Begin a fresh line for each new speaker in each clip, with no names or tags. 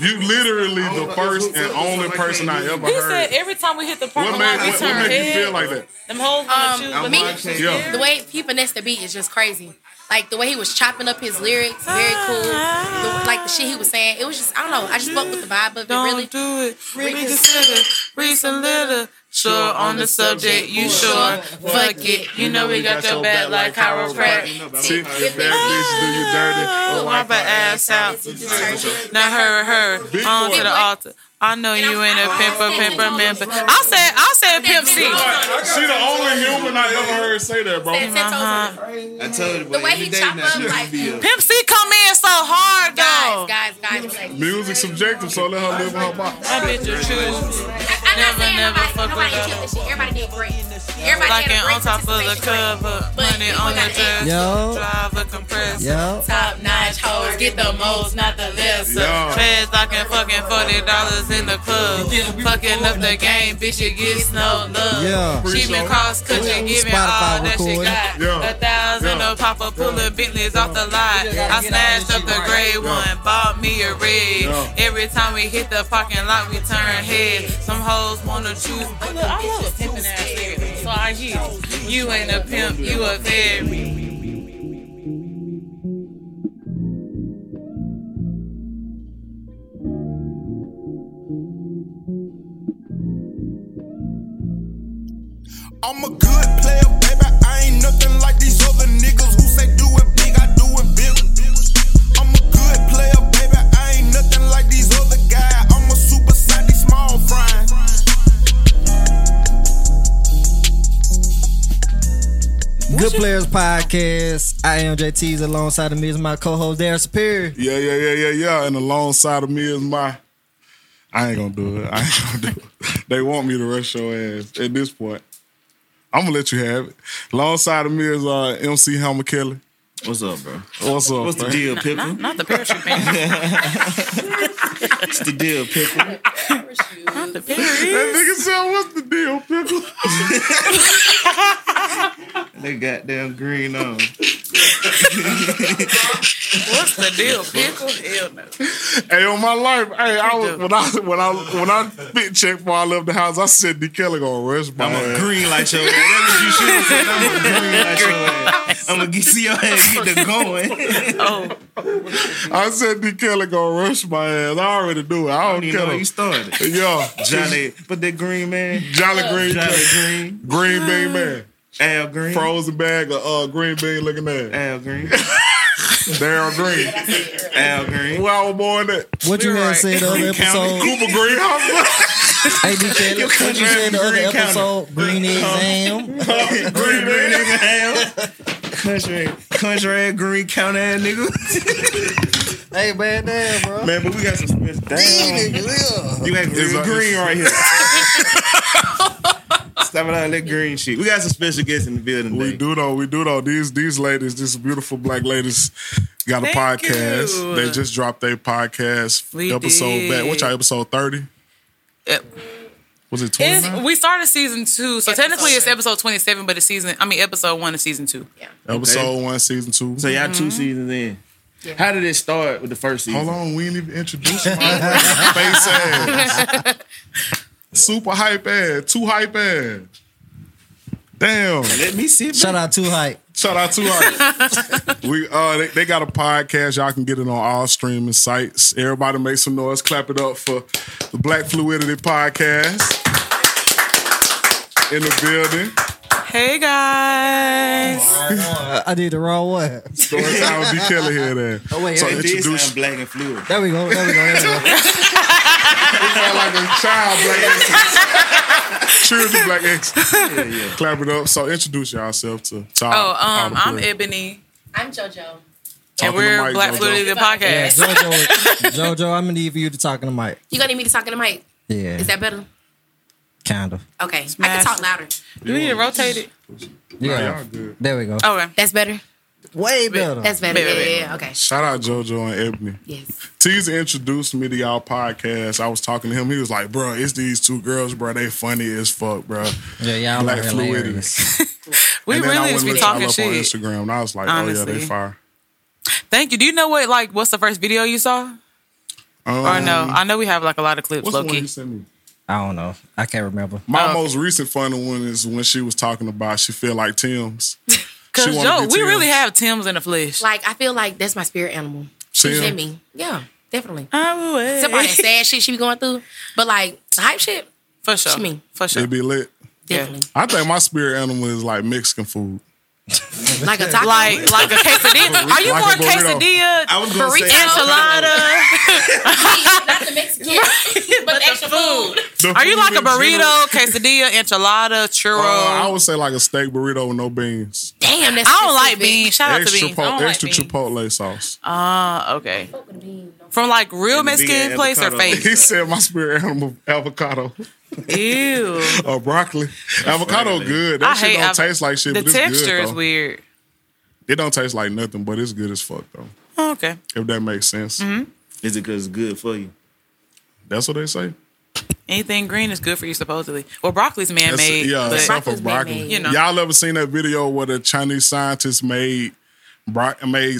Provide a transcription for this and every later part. You literally the first and only person I ever
He said
heard.
every time we hit the parking
What made
lot, we
what, what
turn
made you feel
head.
like that?
Them hoes
Um,
gonna
I'm
choose.
watching.
the
Yeah.
The way he finessed the beat is just crazy. Like the way he was chopping up his lyrics, very cool. The, like the shit he was saying, it was just I don't know. I just fucked with the vibe of it.
Don't
Really,
do it.
Really?
Reconsider. Reason litter. Sure, on the subject, you sure. Fuck it. You know we got your back like chiropractic.
See, bad bitch do you dirty.
Ooh,
Oh,
wipe her ass out. Now her, her,
Big
on
boy.
to the altar. I know you ain't a pimper, pimper, member. I said, I said pimp
She
C.
the only human I ever heard say that, bro.
Ten toes on the-
I told you, boy,
The way
every
he
day
chop
now,
up,
she gonna
like-
be a-
Pimp C come in so hard though.
guys, guys, guys. was Like,
Music subjective, so let her live in her box.
That bitch will choose.
I'm not
Never,
saying
never
nobody,
fuck
nobody
with
killed this shit. Everybody did great. Everybody
Like
had a
it
great
on top of the
participation rate.
cover, money on the dress,
Yo.
drive a compressor.
Yo.
Top notch hoes get the most, not the less.
Yeah.
Feds locking fucking forty dollars in the club. Fucking up the game, bitch, it gets no love.
Yeah.
She been cross country giving all
Spotify
that she
recording.
got.
Yeah.
A thousand
Yeah.
of Papa pulling Bentleys off the lot. I snatched up the gray one, bought me a red.
Yeah.
Every time we hit the parking lot, we turn head. Some hoes wanna choose. I love, I love a pimpin' ass nigga. So I hear you ain't a pimp, you a fairy.
I'm a good player, baby. I ain't nothing like these other niggas who say do it big, I do it bigger. I'm a good player, baby. I ain't nothing like these other guys. I'm a super size, these small fries.
Good Players Podcast. I am JT's alongside of me is my co-host Darren Superior.
Yeah, yeah, yeah, yeah, yeah. And alongside of me is my. I ain't gonna do it. I ain't gonna do it. They want me to rush your ass at this point. I'm gonna let you have it. Alongside of me is uh, MC Helmer Kelly.
What's up, bro?
What's up?
What's the
man?
deal, Pickle?
Not the parachute band.
What's the deal, Pickle?
Not the parachute.
That nigga said, "What's the deal, pickle?"
They got damn green on.
What's the deal, pickle? Hell no.
hey, on my life, hey, I was when I when I when I fit checked before I left the house, I said, "D Kelly gonna rush my
I'm a
ass."
green light your ass. That's what you should have said. I'm a green light your ass. I'm gonna get see your ass get the going.
Oh,
I said, "D Kelly gonna rush my ass." I already knew it. I
I
don't
don't even know
care.
where you started.
Yeah,
Johnny, but that green man,
Jolly Green,
Johnny Green,
Green Bean Man,
Al Green,
frozen bag of uh, green bean looking at
Al Green,
Daryl Green.
Al Green.
Where I was born at
What you
We're
man
right.
said the other episode?
Cooper Green.
Hey, D. Kelly, what you
country
said the other
Green County.
episode? Green exam.
Green man, country, country ass Green County ass nigga.
hey, man, damn, bro.
Man, but we got some special. Damn, you got
It's
green,
like-
green right here. Stop it out that green shit. We got some special guests in the building.
We
today.
do though. We do though. These these ladies, these beautiful black ladies, got a
Thank
podcast.
you.
They just dropped their podcast
We
episode
did.
back. What y'all episode thirty?
Yep.
Was it twenty?
It's, we started season two, so technically it's episode twenty-seven, but it's season. I mean, episode one of season two.
Episode one, season two.
So y'all
Mm-hmm.
two seasons in. How did it start with the first season?
Hold on, we ain't even introduced my face ass. Super hype ass, too hype ass. Damn.
Let me sit.
Shout out to Hype.
Shout out to her. we uh they, they got a podcast. Y'all can get it on all streaming sites. Everybody make some noise. Clap it up for the Black Fluidity Podcast. In the building.
Hey guys,
I did the wrong one.
Story time with D. Kelly here then.
Oh, wait,
so
it
It did
introduce
sound black and fluid.
There we go. There we go. There we go.
sound like a child black exes. Children black exes. Clap it up. So introduce yourself to to
oh
all- all
um,
the
I'm
crew.
Ebony,
I'm JoJo.
Talking to
and we're
Mike
Black
Jojo.
Fluidity the
Yeah,
podcast.
Jojo, Jojo, I'm gonna need for you to talk in the mic.
You gonna need me to talk in the mic?
Yeah,
Is that better?
kind of?
Okay, I
Smash.
can talk louder.
Do we need to rotate it?
Nah,
Yeah,
y'all good.
there we go.
Okay.
That's better.
Way better.
That's better.
Wait, wait,
Yeah,
wait.
yeah, yeah. Okay.
Shout out JoJo and Ebony.
Yes.
Teaser introduced me to y'all podcast. I was talking to him. He was like, "Bro, it's these two girls, bro. They funny as fuck, bro."
yeah, y'all
Black
are
fluidity.
hilarious.
We
And then I
really
went
just
and looked
be
y'all
talking
up on
shit.
Instagram, and I was like, "Oh yeah,
Honestly.
they fire."
Thank you. Do you know what? Like, what's the first video you saw? or no? I know we have like a lot of clips,
Um, What's the one
Loki.
you sent me?
I don't know. I can't remember.
My
Oh.
most recent funny one is when she was talking about she feel like Tim's.
Because
wanna
yo,
be
we
Tim's.
really have Tim's in the flesh.
Like I feel like that's my spirit animal. She's
Tim?
in me. Yeah, definitely.
I'm away.
Except for all that sad shit she be going through, but like hype shit,
For sure.
She mean.
For sure.
It be lit.
definitely.
I think my spirit animal is like Mexican food.
Like a taco.
Like like a quesadilla. Are you
Like a
more
burrito.
quesadilla?
I was gonna say
Enchilada.
not the Mexican, but the extra food.
The
Are you
food
like a
in general-
burrito, quesadilla, enchilada, churro?
Uh, I would say like a steak burrito with no beans,
Damn, that's
I don't like
specific.
beans. Shout out to
extra
beans.
po-
I don't like
extra
beans.
chipotle sauce.
Ah, okay. From like real
the big
Mexican place or
avocado.
fake?
he said my spirit animal avocado
Ew.
or Oh, broccoli. avocado good.
I
That shit
hate
don't
avo-
taste like shit.
The
but it's
texture
good,
is
though.
weird.
It don't taste like nothing, but it's good as fuck though.
Oh, Okay.
If that makes sense,
Mm-hmm.
Is it because it's good for you?
that's what they say.
Anything green is good for you, supposedly. Well, broccoli's man
That's-
made.
yeah,
but
except for
Broccoli's
broccoli.
man-made.
You know.
Y'all ever seen that video where the Chinese scientist made bro- made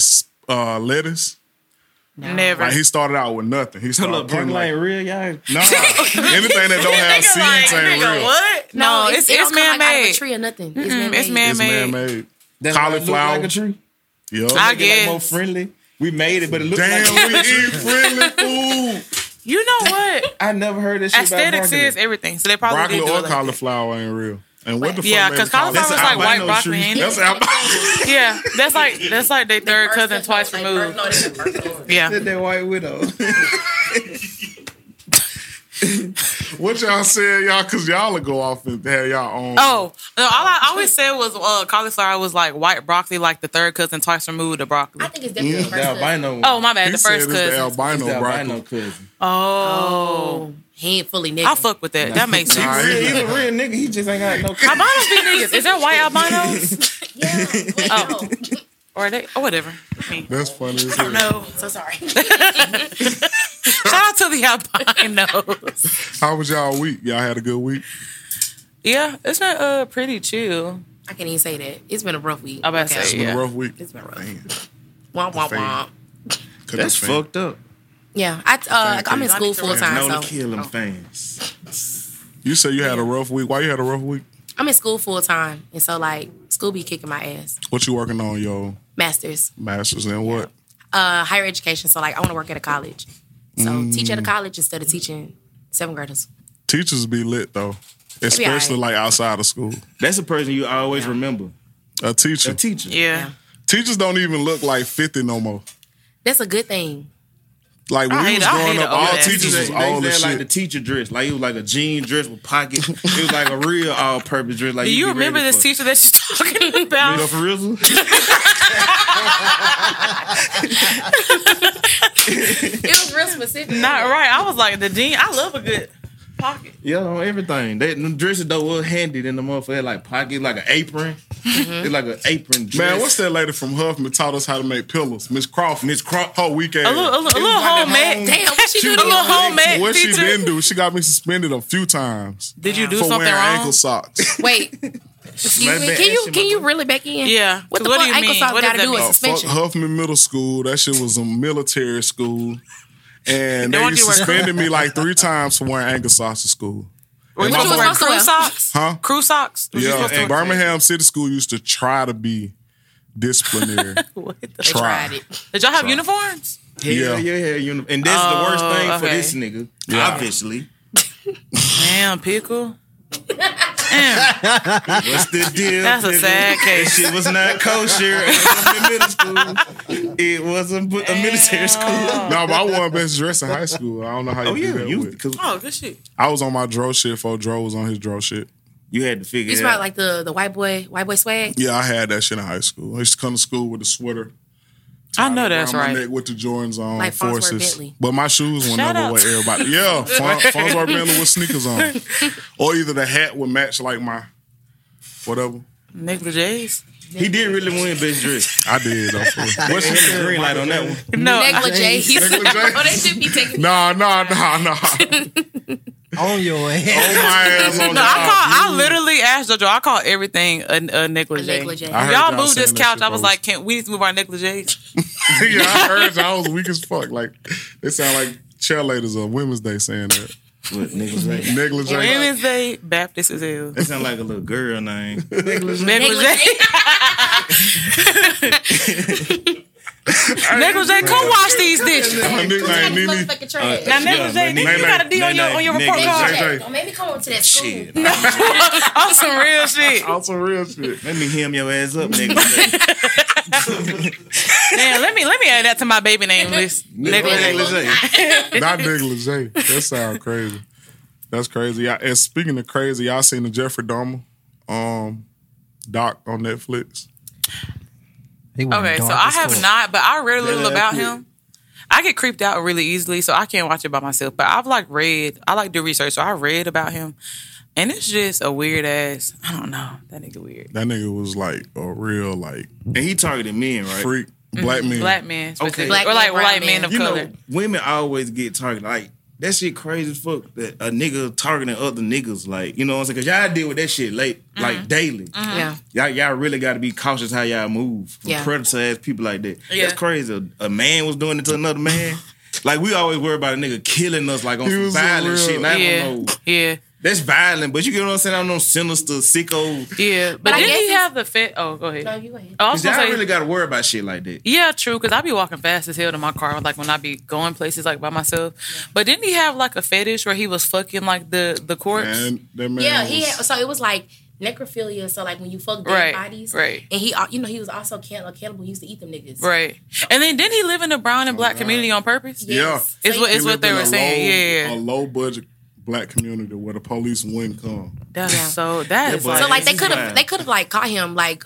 uh, lettuce?
never.
Like he started out with nothing. He started
Look,
putting
broccoli
like
ain't real, y'all.
nah, anything that don't have
Nigga,
seeds
like,
ain't
nigga,
real.
What? No, it's,
it
it's
don't
man
come, like, out of a
made.
tree or nothing. It's man made.
It's man
It's man
made.
made.
That's why it look
Cauliflower.
like a tree.
Yup.
I
Make it look more
guess.
friendly. We made it, but it looked
Damn,
like.
we eat friendly food.
You know what?
I never heard this shit about
Aesthetics
broccoli.
is everything. So they probably
Broccoli
did do it
or
like
cauliflower ain't real. And what the fuck?
that. Yeah,
made
because
the cauliflower?
cauliflower is like white
albino
broccoli,
tree.
ain't it?
That's albino.
Yeah, that's like that's like their third cousin twice
Like,
removed.
no, that's a personal.
Yeah,
Look at that white widow.
What y'all said, y'all? Because y'all will go off and have y'all own.
Oh, no, all I always said was uh, cauliflower was like white broccoli, like the third cousin twice removed to broccoli.
I think it's definitely a
the
personal.
albino one.
Oh, my bad,
he
the
said
first
it's the
cousin.
albino
the
broccoli.
albino cousin.
oh,
Oh, he ain't fully nigga.
I fuck with that. That makes
Nah,
sense.
Yeah,
he-
he's a real nigga. He just ain't got no. cousin.
Albinos be niggas. Is that white albinos
Yeah. Wait,
Oh.
no.
or are they? Oh, whatever. Me.
That's funny. As hell.
No.
So sorry.
Shout out to the albinos.
How was y'all week? Y'all had a good week.
Yeah, it's been uh pretty chill.
I can't even say that. It's been a rough week.
I'm about to
It's
say,
been
Yeah.
a rough week.
It's been rough.
Man,
Womp womp
Fair.
womp.
couldn't
That's
fan.
fucked up.
Yeah, I uh,
Thank
I'm
you.
in school full
No
time,
to
so
kill them fans.
You said you had a rough week. Why you had a rough week?
I'm in school full time, and so like school be kicking my ass.
What you working on, yo?
Masters,
Masters in what?
uh, higher education. So like I want to work at a college, so teach
Mm.
at a college instead of teaching seventh graders.
Teachers be lit though, especially like outside of school.
That's a person you always remember.
A teacher.
A teacher.
Yeah.
Teachers don't even look like fifty no more.
That's a good thing.
Like when
I
we
hate-
was
I
growing
hate
up,
the
all
old-ass
teachers
They-
was
they
all
said,
this
like the
shit.
teacher dress. Like it was like a jean dress with pockets. it was like a real all purpose dress. Like
Do you
be
remember
ready
this
for-
teacher that you're talking
The
about?
frizzle?
It was real specific.
Not right. I was like the dean. I love a good pocket.
yeah, on everything. They them dresses though were handy in the motherfucker had, like pocket, like an apron.
Mm-hmm.
It's like an apron dress.
Man, what's that lady from Huffman taught us how to make pillows? Miss Crawford. Miss Crawford. Whole weekend.
A little, a little, a little
like a
homemade.
home-
Damn, what she do
A
to
little
your
homemade
what she
teacher.
didn't do, she got me suspended a few times
Did you do
for
something
wearing
wrong?
ankle socks.
Wait, excuse me.
that
Can
ass
you
in
can
my
you really back in?
Yeah.
What the
What do
fuck?
you
Ankle
mean?
socks
What does
got to
that
do with
mean?
Uh, Fuck
suspension?
Huffman Middle School. That shit was a military school. And
They
they
want you to wear
suspended me like three times for wearing ankle socks to school.
Were you
What you
supposed to
was
wear
supposed to
crew
wear?
socks?
Huh?
Crew socks? Was you
Yeah,
supposed to
and
wear-
Birmingham City School used to try to be disciplinary.
What the-
They
try.
tried it.
Did y'all have uniforms?
Yeah.
Yeah, yeah, yeah. uni- And that's the worst
Oh,
thing for
okay.
this nigga.
Yeah.
Obviously.
Damn, pickle.
What's the deal?
That's a
nigga?
sad
That
case.
shit was not kosher. It wasn't in middle school. It wasn't bu- a military school.
no, but I wore best dress in high school. I don't know how you
Oh
do
yeah,
that.
you
with.
'cause
Oh, good shit.
I was on my dro shit for Dro was on his dro shit.
you had to figure
You
it
smell
out.
like the the white boy white boy swag.
Yeah, I had that shit in high school. I used to come to school with a sweater.
I know that's
around my
right.
neck with the Jordans on,
Like Farnsworth
forces.
Bentley.
But my shoes were
Shout
never
out.
what everybody. Yeah, Fon- Farnsworth Bentley with sneakers on, or either the hat would match like my whatever.
Negligees.
he did really win best dress.
I did. Though, for real.
What's the green light on that one?
No, I-
Negligees.
Negligees.
oh, they should be taking.
nah, nah, nah, nah.
On your
Oh
ass.
my ass on
No, I
the-
call. I literally asked JoJo. I call everything a, a negligee.
A negligee. I
heard
Y'all
y'all
moved this
saying that
couch.
shit,
I was
bro.
like, can we need to move our negligees?
yeah, I heard. you. I was weak as fuck. Like it sound like cheerleaders of Women's Day saying that.
What niggas like?
Negligee.
Women's Day, Baptist is ill.
That sound like a little girl name.
Negligee. Negligee, come wash these dishes.
Her nickname Nene. Uh,
Motherfucking trash.
Now,
Yeah,
Negligee,
Nene.
nigga, you got a D on your, on your report
Nene.
card.
Nene. Jay.
Don't make me come over to that school.
Shit.
On some real shit.
On some real shit.
Let me hem your ass up, nigga.
Damn, let me let me add that to my baby name list. Negligee.
Negligee.
Not negligee. That sounds crazy. That's crazy. Yeah, and speaking of crazy, y'all seen the Jeffrey Dahmer um, doc on Netflix?
He went
Okay, so
dark
I
as
have
fuck.
not, but I read a little
That
about
accurate.
him. I get creeped out really easily, so I can't watch it by myself. But I've like read, I like do research, so I read about him, and it's just a weird ass. I don't know that nigga
Mm.
weird.
That nigga was like a real like
and he targeted men, right?
freak black man.
Mm-hmm. Black man, specifically.
Black
or like
man, brown
white
man.
men of
You
color.
know, women always get targeted. Like that shit crazy as fuck. That a nigga targeting other niggas. Like you know what I'm saying? Cause y'all deal with that shit late, like daily.
Yeah.
Y'all, y'all really got to be cautious how y'all move. From
Yeah.
Predator ass people like that.
Yeah.
That's crazy. A, a man was doing it to another man. like we always worry about a nigga killing us like on
He
some
was so real.
violent shit. And I
yeah,
don't know.
yeah,
That's violent, but you get what I'm saying? I'm no sinister sicko.
yeah. But,
I
did
guess
he
it's-
have the fit? Oh, go ahead.
No, you go ahead.
Oh, I was
Cause
gonna
y'all
say-
really got to worry about shit like that.
Yeah, true. Cause I be walking fast as hell to my car, like when I be going places like by myself. But didn't he have like a fetish where he was fucking like the the corpse?
Man, that man.
Yeah,
was,
he had, so it was like necrophilia. So like when you fuck dead
Right,
bodies,
right.
And he, al- you know, he was also cannibal. Cannibal he used to eat them niggas,
Right. And then didn't he live in the brown and black community on purpose?
Yes.
Yeah.
It's what
He
it's what
lived
they
in
were
a
saying.
low-
Yeah,
a
yeah.
low budget black community where the police wouldn't come.
That's
Yeah.
so that is
boy
like,
So like they
This
could
is bad.
have, they could have like caught him like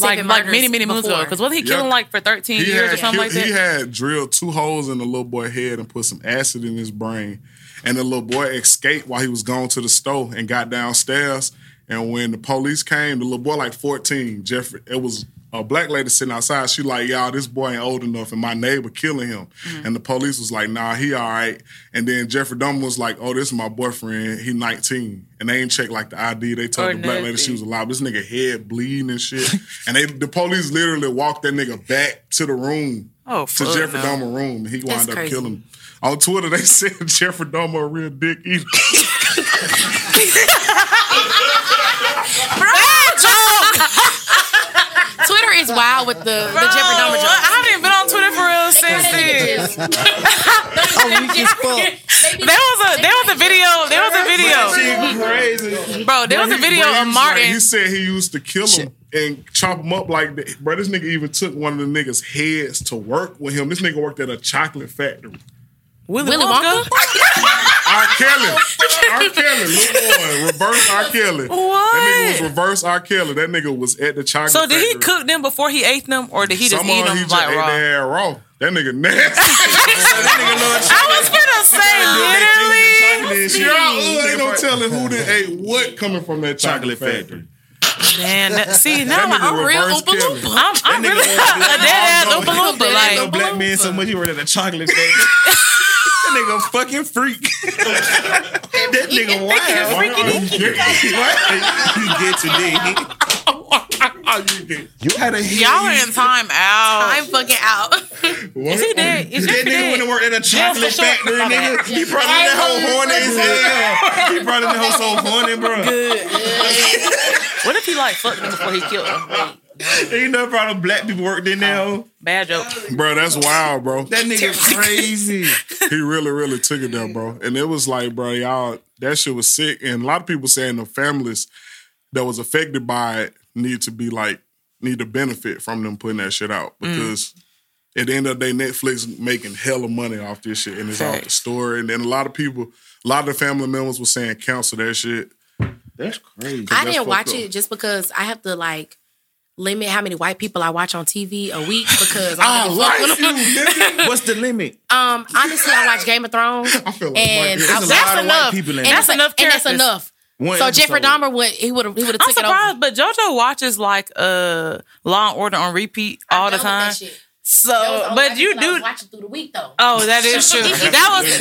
like
sipping
like
murders
many many moons ago.
before.
Because wasn't he
Yeah.
killing like for thirteen
He
years
had,
or something like
killed-
that?
he had drilled two holes in the little boy head and put some acid in his brain. And the little boy escaped while he was going to the store and got downstairs. And when the police came, the little boy like 14, Jeffrey, it was a black lady sitting outside. She like, y'all, this boy ain't old enough and my neighbor killing him. And the police was like, nah, he all right. And then Jeffrey Dunn was like, oh, this is my boyfriend. He 19. And they ain't check like the ID. They told
Or
the black lady she
nothing.
was alive. This nigga head bleeding and shit. and they the police literally walked that nigga back to the room.
Oh,
to
fuck
Jeffrey
no.
Dahmer room. He wound
That's
up
crazy.
killing him. On Twitter, they said Jeffrey Dahmer a real dick eater.
Twitter is wild with the, the Jeffrey
Oh,
Dahmer
I
jokes.
haven't been on Twitter for real since then.
I'm weak as fuck.
There was a there was a video. There was a video.
Shit crazy.
Bro, there was a
He-
video
bro, he
of
was like-
Martin.
he said he used to kill him and chop him up like that. Bro, this nigga even took one of the niggas' heads to work with him. This nigga worked at a chocolate factory.
Willy,
Willy
Wonka?
Wonka?
R. Kelly. R. Kelly. Little boy. Reverse R. Kelly. That nigga was
What?
reverse R. Kelly. That nigga was at the chocolate
So did he
factory.
cook them before he ate them, or did he just
Somehow
eat them
he just
like
ate
raw?
their ass raw. That nigga nasty.
I was gonna say literally.
Y'all uh, ain't no telling who they ate what coming from that chocolate,
Chocolate
factory.
factory.
Man, that, see now
That nigga
I'm,
reverse
real
reverse
Oompa
Kelly.
Loompa. I'm, I'm really a dead ass
know.
Oompa Loompa.
That
No
Like,
nigga-
black man so much he worked at a chocolate factory. that nigga a fucking freak. that nigga wild.
Why are you gay?
Why- you get today.
Why are you gay?
You had a
y'all are in time
I'm
out.
fucking out.
What?
Is he dead? Is
That
Jeffrey
nigga went to
dead?
work at a chocolate
sure.
factory, nigga. He brought in that whole horn in his head. He brought in that whole so horny, bro.
What if he like fucked him before he killed him?
He never brought a black people worked in there. hoe.
Bad joke.
Bro, that's wild, bro.
That nigga crazy.
He really, really took it there, bro. And it was like, bro, y'all, that shit was sick. And a lot of people saying the families that was affected by it need to be like, need to benefit from them putting that shit out because at the end of the day, Netflix making hella money off this shit and it's off the
Facts.
story. And then a lot of people, a lot of the family members were saying cancel that shit.
That's crazy.
I
That's
didn't watch
fucked up.
it just because I have to like limit how many white people I watch on TV a week because
Oh,
I
I'm gonna fuck
like
with
you,
them.
nigga.
What's the limit?
Um, honestly, I watch Game of Thrones,
I feel like
and
white- there's
I-
a
lot
that's
of white
enough.
people in
and
there.
that's enough. And that's
characters.
enough.
One
So Jeffrey
episode.
Dahmer would he would have he would have
I'm
took it over.
surprised, but JoJo watches like uh Law and Order on repeat all the time. So, but you do.
watching through the week though.
Oh, that is true. that was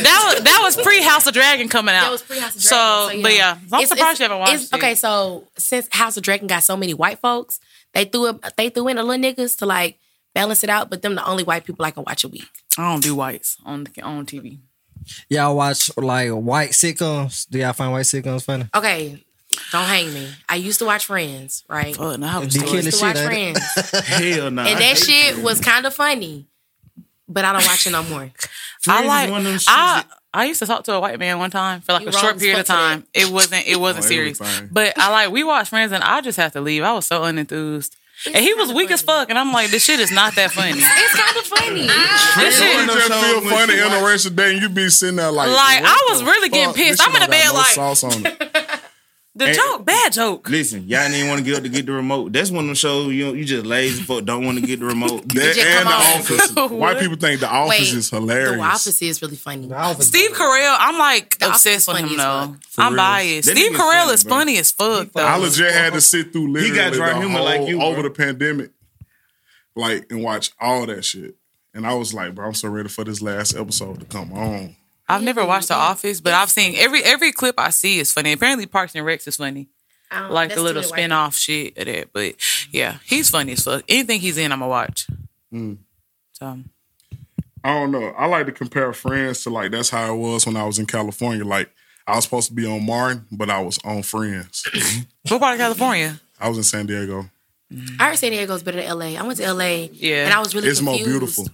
that was that was pre House of Dragon coming out.
That was pre House of Dragon.
So, but yeah, I'm surprised you haven't watched
it's-
it.
Okay, so since House of Dragon got so many white folks, they threw up, they threw in a little niggas to like balance it out. But them the only white people I can watch a week.
I don't do whites on on TV.
Y'all watch like white sitcoms? Do y'all find white sitcoms funny?
Okay, don't hang me. I used to watch Friends, right?
Oh, no, I was
They
I
doing-
killing
used to
shit
watch
out of it.
Friends,
Hell no.
and that shit was kind of funny, but I don't watch it no more.
I like.
one of them shits
I
that-
I used to talk to a white man one time for like
You
a
wrong
short
as
period
fuck
of
for that.
time. It wasn't. It wasn't
Oh,
serious.
everything.
But I like we watched Friends, and I just have to leave. I was so unenthused. and he was weak as fuck, and I'm like, this shit is not that funny.
It's kind of funny.
this
You
shit,
Friends-
just
So
feel
when
funny
she
in the
watch-
rest of the day, and you be sitting there like,
Like,
what
I was
the
really getting
fuck?
pissed.
This
I'm in
shit don't
the bed
got no
like-
sauce on it.
the joke, bad joke.
Listen, y'all didn't want to get up to get the remote. That's one of them shows you know, you just lazy fuck don't want to get the remote.
That
just
and
come on.
the office. White
What?
people think the office
Wait,
is hilarious.
The Office is really funny.
Steve Carell, I'm like
Office is
obsessed with
funny
him
as
though.
fuck.
I'm
real.
biased.
That
Steve
nigga's
Carell
funny,
is
bro.
funny as fuck though.
I legit had to sit through literally
got dry
the
humor
whole-
like you, bro.
over the pandemic, like and watch all that shit. And I was like, bro, I'm so ready for this last episode to come on.
I've never watched The Office, but I've seen every every clip I see is funny. Apparently Parks and Recs is funny.
I don't-
Like the
that's too
little
many white
spin off shit of that. But yeah, he's funny as fuck. Anything he's in, I'ma watch. So
I don't know. I like to compare friends to like that's how it was when I was in California. Like I was supposed to be on Martin, but I was on Friends.
what part of California?
I was in San Diego.
people. I heard San Diego's better than LA. I went to LA,
Yeah.
and I was really
it's more
confused.
beautiful.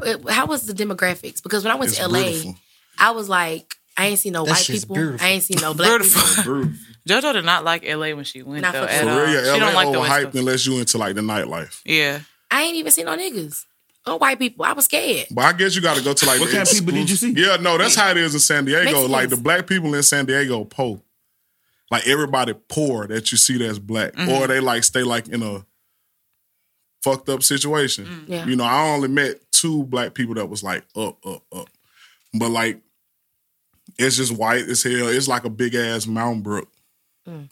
It- How was the demographics? Because when I went
It's
to LA,
beautiful.
I was like, I ain't seen no
That
white
shit's
people.
beautiful.
I ain't seen no black people.
Beautiful. JoJo did not like LA when she went
Not
though
for
at
sure.
all.
For real, yeah,
Uh, she
LA
don't like the West
overhyped
Coast.
unless you into like the nightlife.
Yeah.
I ain't even seen no niggas or white people. I was scared.
But I guess you got to go to like
What
the
kind of people did you see?
Yeah, no, that's how it is in San Diego.
Mexicans.
Like the black people in San Diego poor. Like everybody poor that you see that's black.
Mm-hmm.
Or they like stay like in a fucked up situation.
Mm.
Yeah.
You know, I only met two black people that was like up, up, up. But like it's just white as hell. It's like a big ass Mount Brook.
Mm.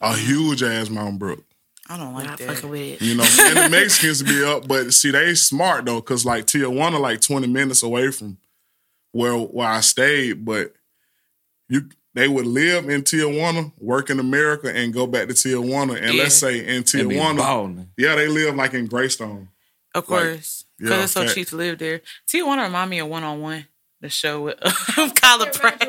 A huge ass Mount Brook.
I don't
Not
like
fucking
that.
with it.
You know, and the Mexicans be up, but see, they smart though, cause like Tijuana, like twenty minutes away from where where I stayed, but you they would live in Tijuana, work in America, and go back to Tijuana, and let's
Yeah.
say in
They be
Tijuana,
balling.
yeah, they live like in Greystone.
Of course. Because
yeah,
it's so
fact.
cheap to live there. Tijuana remind me of one on one, the show with Kyla Pratt.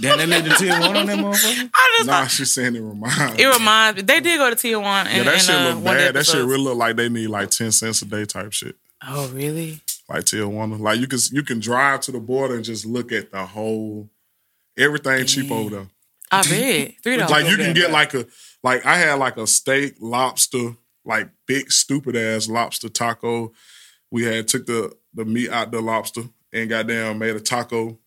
Damn, they lived in Tijuana, on that motherfucker.
I just
Nah,
thought
she's saying it reminds.
it reminds me. They did go to Tijuana. And,
yeah, that shit look
uh, one of the
bad. That shit
episodes.
really look like they need like ten cents a day type shit.
Oh, really?
Like Tijuana, like you can you can drive to the border and just look at the whole everything cheap over there.
I bet three dollars.
like you can
that
get
bad.
like a like I had like a steak lobster like big stupid ass lobster taco. We had took the the meat out the lobster and goddamn made a taco.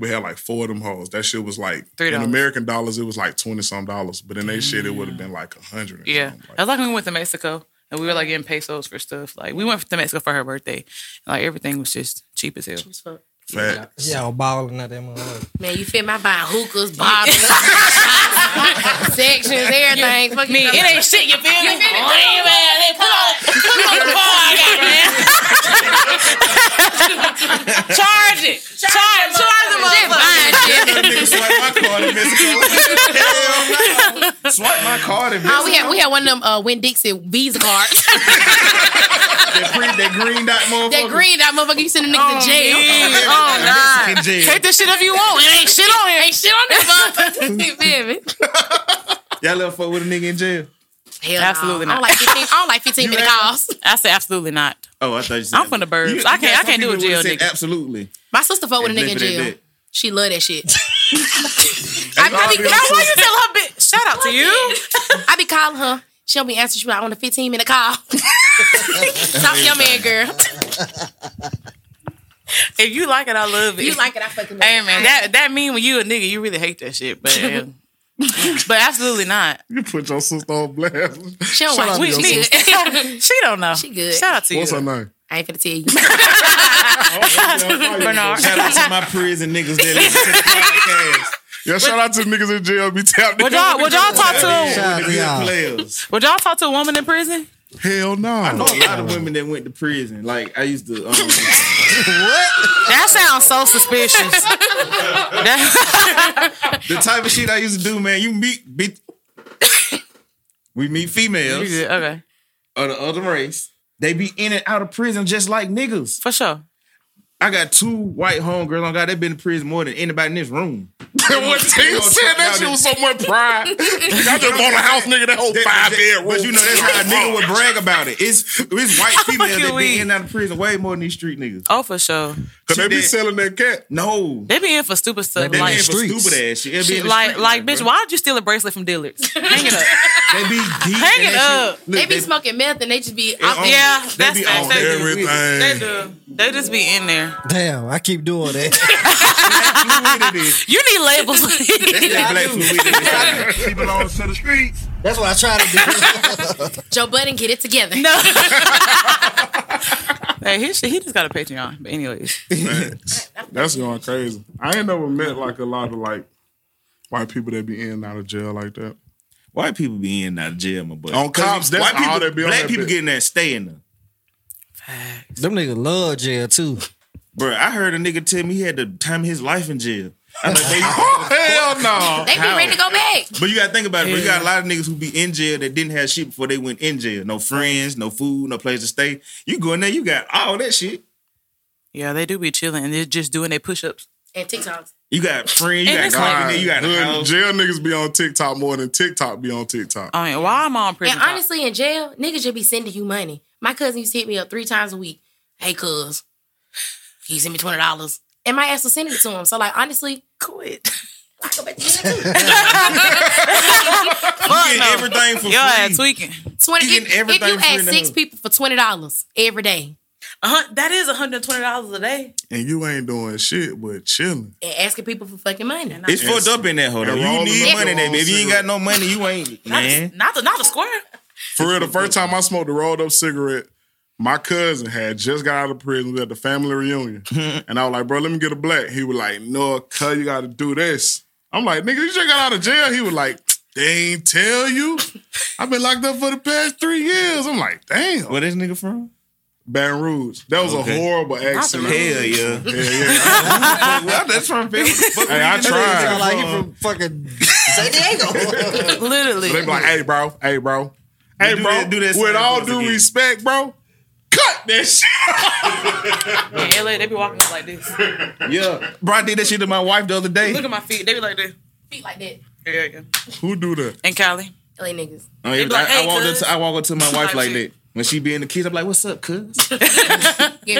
We had like four of them hoes. That shit was like
Three
in
dollars.
American dollars. It was like twenty some dollars, but in they shit it would have been like a hundred. and
yeah,
something. Like,
that's like when we went to Mexico and we were like getting pesos for stuff. Like we went to Mexico for her birthday. Like everything was just cheap as hell.
fat.
Y'all balling out that motherfucker.
Man, you fit my buying hookahs, bottles, sections, everything. Fuck me.
It ain't shit. You feel me? Lame ass. They put all- put all the bar I got, man. Charge it. Charge, charge, the
Just
motherfucker.
buying shit.
That nigga swipe my card in Mexico. Hell no. Swipe my card in
Oh,
Mexico.
we had we had one of them uh, Win Dixie Visa cards.
That green- that green dot motherfucker.
that green, that motherfucker, you send a nigga to jail.
Oh God.
Mexican jail.
Take the shit if you want. It ain't shit on it.
Ain't shit on this motherfucker. You feel me?
Y'all ever fuck with a nigga in jail?
Hell
Absolutely
no. I
not.
don't like 15, I don't like 15 minute
have-
calls.
I said absolutely not.
Oh, I thought you said
I'm from the
You-
burbs. I
you
can't-
got
I
some
can't do a
people
jail
who said
nigga.
Absolutely.
My sister fought with
And
a nigga
live
in
for that
jail.
dick.
She love that shit.
I be, now, why you tell her bitch? Shout out to you.
I be calling her. She don't be answering. She be like, on a 15 minute call. Stop your man, girl.
If you like it, I love it.
You like it, I fucking love
Hey
it.
man, that that mean when you a nigga, you really hate that shit. But uh, but absolutely not.
You put your sister on blast.
She don't watch me.
We-
She
she,
good.
she don't know.
She good.
Shout out to
What's
you.
her name?
I ain't finna tell you.
Bernard.
Shout out to my prison niggas that listen to the podcast.
Yeah, shout out to the niggas in jail. Be tapped.
Would y'all would y'all talk to
Shout out to
Good
y'all.
players.
would y'all talk to a woman in prison?
Hell no.
know a lot of women that went to prison. Like I used to. Um,
That sounds so suspicious. That-
the type of shit I used to do, man. You meet, be, we meet
You
females
good, okay,
of the other race. They be in and out of prison just like niggas.
for sure.
I got two white homegirls on God. They've been in prison more than anybody in this room.
what Tim said that shit with so much pride. I just bought a house, nigga. That whole five bed room.
But you know that's how a nigga would brag about it. It's it's white females that
Fucking
been
weak.
in and out of prison way more than these street niggas.
Oh, for sure.
Cause they be
She did.
selling that cat.
No,
They be in for stupid stuff.
they be
like,
in for
streets.
stupid ass shit. They be
shit,
in the
like,
street,
like, bitch,
bro.
why did you steal a bracelet from Dillard's? Hang it up.
They be deep.
Hang
in
it
that
up.
shit.
They
Look,
be smoking meth and they just be.
on-
out-
Yeah,
They
that's
be
facts.
on
They do.
everything.
They
Everything.
do. They just be in there.
Damn, I keep doing that.
That's what it is.
You need labels.
That's that black fluid. She belongs to the streets.
That's what I try to do.
Joe Budden, get it together.
no. hey, he, should- he just got a Patreon. But anyways,
That's going crazy. I ain't never met like a lot of like white people that be in and out of jail like that.
White people be in and out of jail, my boy.
On cops, that's
white people,
all they be on
black
that
people
bitch.
getting that stay in them.
Them niggas love jail too.
Bro, I heard a nigga tell me he had to time his life in jail. I'm like, they-
Hell no.
They be
How?
ready to go back.
but you gotta think about it. But you got a lot of niggas who be in jail that didn't have shit before they went in jail. No friends, no food, no place to stay. You go in there, you got all that shit.
yeah, they do be chilling and they're just doing their push-ups.
And TikToks.
You got friends, you
And
got
it's like-
car, you got
Hood-
house.
jail niggas be on TikTok more than TikTok be on TikTok.
I mean, why am I on prison?
And
time?
honestly, in jail, niggas just be sending you money. My cousin used to hit me up three times a week. Hey, cuz, can you send me twenty dollars? And my ass was sending it to him. So like, honestly,
quit.
I go back to jail.
You get everything for
Your ass
free.
tweaking.
twenty.
You getting
If, if
everything
you
free
ask
now.
six people for twenty dollars every day
Uh-huh, that is $120 a day.
And you ain't doing shit but chilling.
and asking people for fucking money,
It's fucked up in that hoe. though.
and roll them
You need
up
money,
in
baby.
your
If you
own
ain't got no money, you ain't
Not,
man.
the, not, the, not the square.
For real, the first time I smoked a rolled up cigarette, my cousin had just got out of prison. We was at the family reunion. and I was like, bro, let me get a black. He was like, no, cuz you gotta do this. I'm like, nigga, you just got out of jail. He was like, they ain't tell you. I've been locked up for the past three years. I'm like, damn.
Where this nigga from?
Baton Rouge. That was
Okay.
a horrible
Hell
accident.
yeah.
Yeah, yeah.
Well, that's from
hey, I
Sound like
tried.
he from fucking San Diego.
Literally.
They be like, hey, bro, hey, bro. Hey,
do
bro,
that- do
with
that same
all
voice
due
again.
respect, bro, cut that shit.
in LA, they be walking up like this.
Yeah. Bro, I did that shit to my wife the other
Look
day.
at my feet. They be like this.
feet like that.
Yeah, yeah.
Who do that?
And Cali.
LA niggas.
I, mean,
be like,
I- I
"Hey,
walked up
cuz."
to, I walk up to my wife
Type
like
shit.
that. When she be in the kids, I'm like, what's up, cuz?
Getting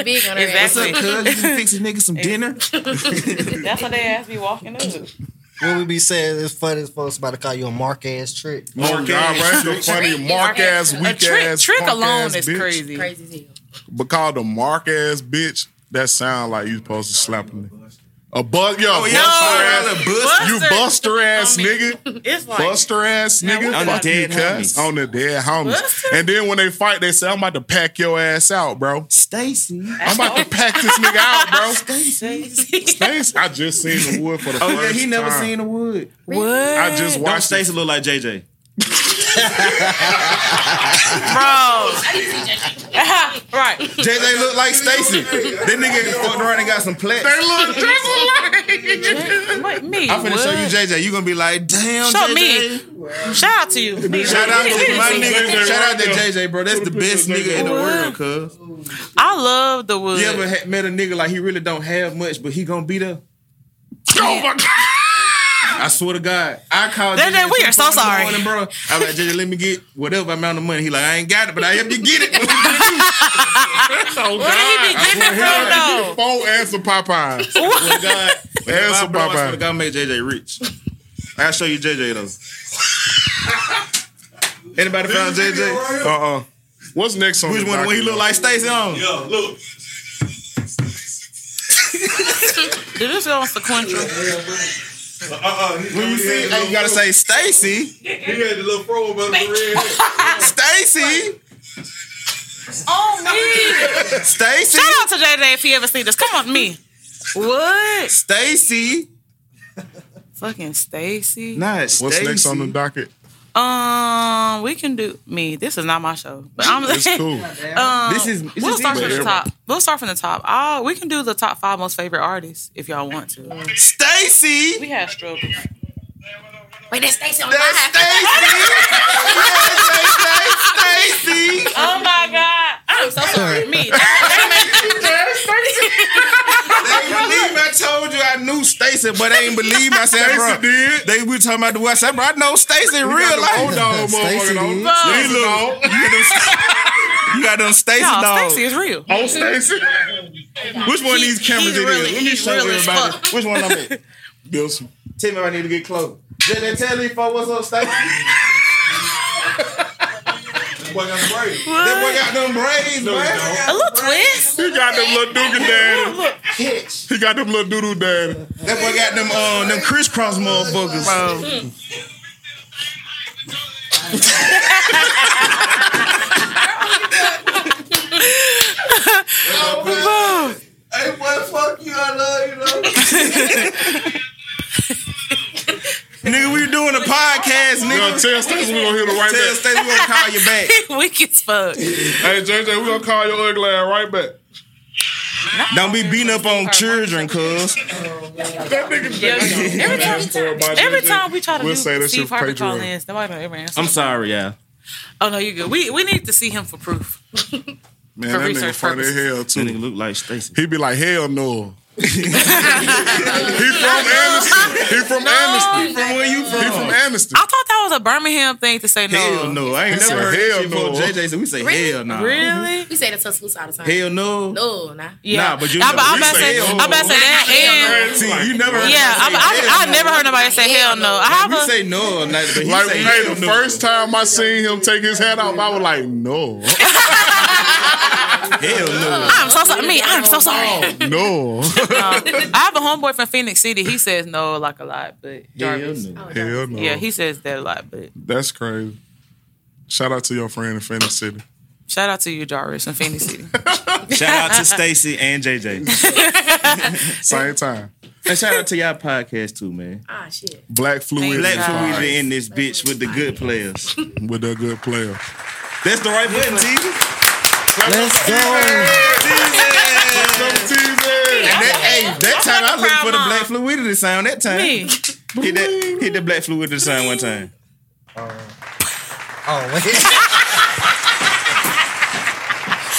big on her
What's
Exactly.
up, cuz? You been fixing nigga some dinner?
That's how they ass be walking up.
what we be saying is funny as folks about to call you a mark ass trick.
Oh, God, bro, that's the funny mark ass,
A
weak
trick,
ass,
trick
punk
alone
ass
is
bitch.
crazy.
ass. Crazy as hell.
But called a mark ass bitch, that sound like you supposed to slap a nigga. A bust,
Oh,
yo,
yeah,
buster ass,
sorry, I
What?
bust.
you
Buster.
buster ass
I mean,
nigga,
It's like
buster ass
Now,
nigga,
what
fuck
about
you,
dead
cuss
homies?
on the dead homies.
Buster?
And then when they fight, they say, "I'm about to pack your ass out, bro.
Stacy.
I'm about to pack this nigga out, bro."
Stacy.
Stace, I just seen the wood for the
Oh,
first
yeah, he never
time.
seen the wood.
What?
I just
Don't
watched it.
Stacy look like JJ.
Bro. right.
JJ look like Stacy. that nigga fucked around and got some plaques.
Wait, me.
I'm finna show you
what?
JJ. You gonna be like, damn,
Show
JJ.
me. Shout out to you.
Shout out to my nigga.
JJ
Shout out to
right
JJ, bro. That's the best nigga in the world,
What?
cuz.
I love the wood.
You ever ha- met a nigga like he really don't have much, but he gonna be there?
Oh my god!
I swear to God, I called.
That-
JJ
that
at
we are
2:00
so
in the
sorry.
morning, bro. I was like, JJ, let me get whatever amount of money. He like, I ain't got it, but I help you get it.
Oh
Where did he be
god!
getting it from though?
Phone answer Popeyes.
swear to God,
Answer,
If I, bro, I swear
Papa.
to God, make JJ rich. I'll show you JJ though. Anybody found JJ?
Uh uh What's next on
Uh-uh. Which
the
one? When
document?
he look like Stacy on?
Yo, look.
Did this go on sequential?
Uh-uh. he-
When you
he
see,
had
hey, you gotta say Stacy,
the little- He had the little fro about the red head.
Stacy,
Oh me!
Stacy,
Shout out to JJ if he ever see this. Come on, me. What?
Stacy.
Fucking Stacy.
Not Stacy.
What's next on the docket?
Um, we can do me. This is not my show, but I'm.
It's cool.
This is this
We'll
is
start from
it.
the top. We'll start from the top. Oh, we can do the top five most favorite artists if y'all want to.
Stacy.
We had struggles.
Wait, that's Stacey on
That's
live.
Stacy. Yes, Stacy. Stacy.
Oh my god! I'm so sorry. Me. That- that
Stacy, but they ain't believe me. I said,
Stacy
bro,
did.
they we talking about the West. I said, bro, I know Stacy in real
Old
life.
dog
Stacy
motherfucker
did.
though.
Bro.
Stacy dog.
You got them Stacy
No,
dogs.
Stacy is real.
Oh, Stacy.
Which one of
He-
these cameras
he
it
really-
is? Let me
he
show
really as
everybody.
fuck.
Which one I'm at?
Bilson.
Tell me if I need to get close. Just they tell me for what's up, Stacy.
Boy, that's right.
That boy got them braids,
No, you
man.
don't.
A little twist.
He got them little dookie daddy.
Hitch.
He got them little doodoo daddy.
That boy got them uh, them crisscross motherfuckers.
Hey, boy, fuck you. I love you, though.
Nigga, we doing a podcast,
Yo,
nigga.
tell Stacy we gonna hit her right
Tell
back.
Stacy we gonna call you back.
Weak as fuck.
Hey JJ, we gonna call your ugly ass right back.
Don't be beating up on children, cuz.
That nigga
yeah. Every time- Every time we try to
We'll say
do
that
Steve
shit for
Harvey call
Patreon.
ins, nobody don't ever answer.
I'm sorry, yeah.
Oh no, you good. We we need to see him for proof.
Man,
For
that nigga
research
funny as hell
That
too.
nigga look like Stacy.
He be like, hell no. he from Amnesty. He from Amnesty.
From where you
He from Amnesty.
I thought that was a Birmingham thing to say no.
Hell no. I ain't
He said
never heard
hell
hell shit
no.
no. JJ said we say
Really?
hell no.
Really?
We say that Tuscaloosa all the time.
Hell no.
No, nah.
Yeah.
Nah, but you
I'm,
never-
I'm
you
about to
say
say,
hell
I'm about to say that. And,
See, you never heard
yeah, I'm,
nobody say
I, I
hell
never heard nobody say hell no. I have
no. We
a.
say no, like, but he
Like,
say
hey,
hell
the
no.
first time I seen him take his hat off, I was like, no,
Uh,
hell no.
I'm so sorry. Me, I'm so sorry.
no,
I have a homeboy from Phoenix City. He says no like a lot, but Jarvis.
Hell no.
Oh,
hell no.
Yeah, he says that a lot, but
That's crazy. Shout out to your friend in Phoenix City.
shout out to you, Jarvis, in Phoenix City.
Shout out to Stacy and JJ.
Same time.
and shout out to y'all podcast too, man.
Ah, shit.
Black fluid.
Black
is
Fluid
fine
in this bitch with the good players.
with a good player.
That's the right button, Teaser.
Let's go.
And that, hey, that time I
I'm
looked
proud
for the
mom.
black fluidity sound. That time
Me.
hit that hit the black fluidity sound one time.
Oh, wait.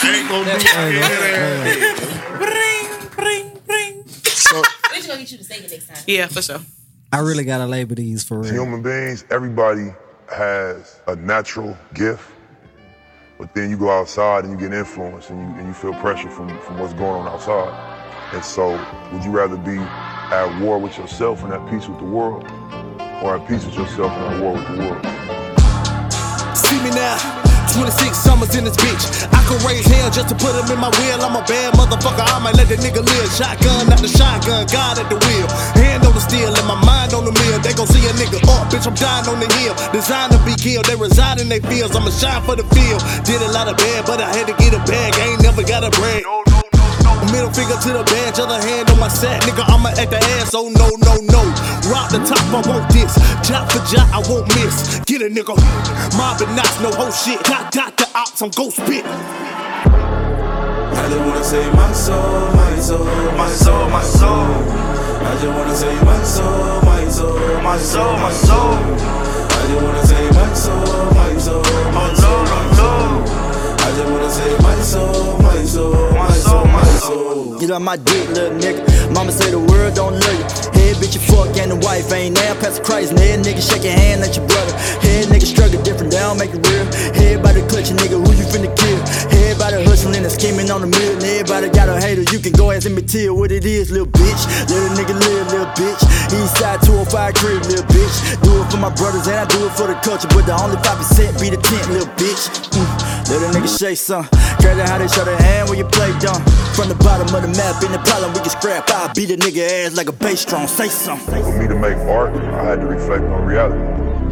Ain't gonna do
There you go. There you go.
Ring, ring, ring.
so,
We're gonna get you to sing it next time.
Yeah, for sure.
I really gotta label these for real.
Human beings, everybody has a natural gift, but then you go outside and you get influenced and you, and you feel pressure from, from what's going on outside. And so, would you rather be at war with yourself and at peace with the world, or at peace with yourself and at war with the world?
See me now. 26 summers in this bitch. I could raise hell just to put him in my will. I'm a bad motherfucker. I might let the nigga live. Shotgun, not the shotgun. God at the wheel. Hand on the steel and my mind on the mill. They gon' see a nigga up. Bitch, I'm dying on the hill. Designed to be killed. They reside in their fields. I'ma shine for the field. Did a lot of bad, but I had to get a bag. I ain't never got a brag. Middle finger to the badge, other hand on my sack. Nigga, I'ma act the ass. Oh no, no, no. Rock the top, I want this. Jot for jot, I won't miss. Get a nigga. Mobbing knots, no whole shit. Dot, dot the ops, I'm ghost spit.
I just wanna say my soul, my soul, my soul, my soul. I just wanna say my soul, my soul, my soul, my soul. I just wanna say my soul, my soul, my soul, my soul. I just wanna say my soul, my soul, my soul, my soul.
Get on my dick, little nigga. Mama say the world don't love you. Head bitch, you fuck and the wife ain't now past Christ. And head nigga shake your hand, let your brother. Head nigga struggle different, they don't make it real. Head by the clutch, a nigga, who you finna kill? Head by the hustling and scheming on the mill. And everybody got a hater, you can go ass and tell what it is, little bitch. Little nigga live, little bitch. East side 205 crib, little bitch. Do it for my brothers and I do it for the culture, but the only 5% be the tent, little bitch. Mm. Little nigga shake some. Crazy how they show their hand when you play dumb. From the bottom of the map, in the problem we can scrap. I beat a nigga ass like a bass drum. Say something.
for me to make art, I had to reflect on reality,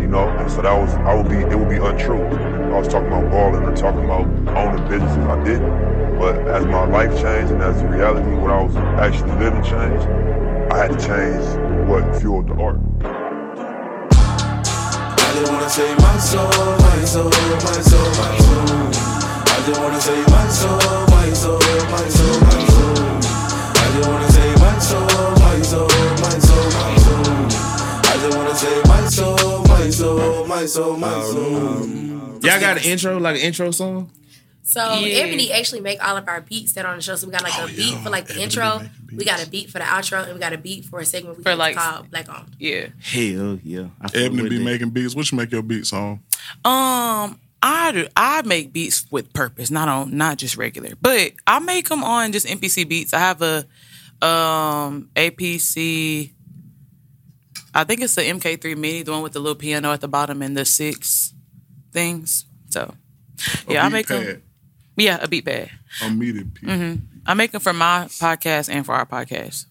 you know. And so that was, I would be, it would be untrue. I was talking about balling or talking about owning businesses. I didn't, but as my life changed and as the reality of what I was actually living changed, I had to change what fueled the art.
I just wanna say my soul, my soul, my soul, my soul. I just wanna say my soul, my soul, my soul, my soul. I just wanna say my soul, my soul, my soul, my soul. I just wanna say my soul, my soul, my soul, my soul.
Y'all got an intro, like an intro song?
So
Yeah. Oh,
Ebony actually make all of our beats that are on the show. So we got like a beat for like the intro, we got a beat for the outro, and we got a beat for a segment we
For,
got
like,
called Black On.
Yeah.
Hell yeah. I fuck
Ebony
with
be
that.
making beats. What you make your beats on?
Um, I do, I make beats with purpose, not on not just regular, but I make them on just NPC beats. I have a um APC. I think it's the MK3 Mini, the one with the little piano at the bottom and the six things. So, yeah, I
beat
make
pad.
them. Mm-hmm. Yeah, a beat pad.
A meeting beat.
I make them for my podcast and for our podcast.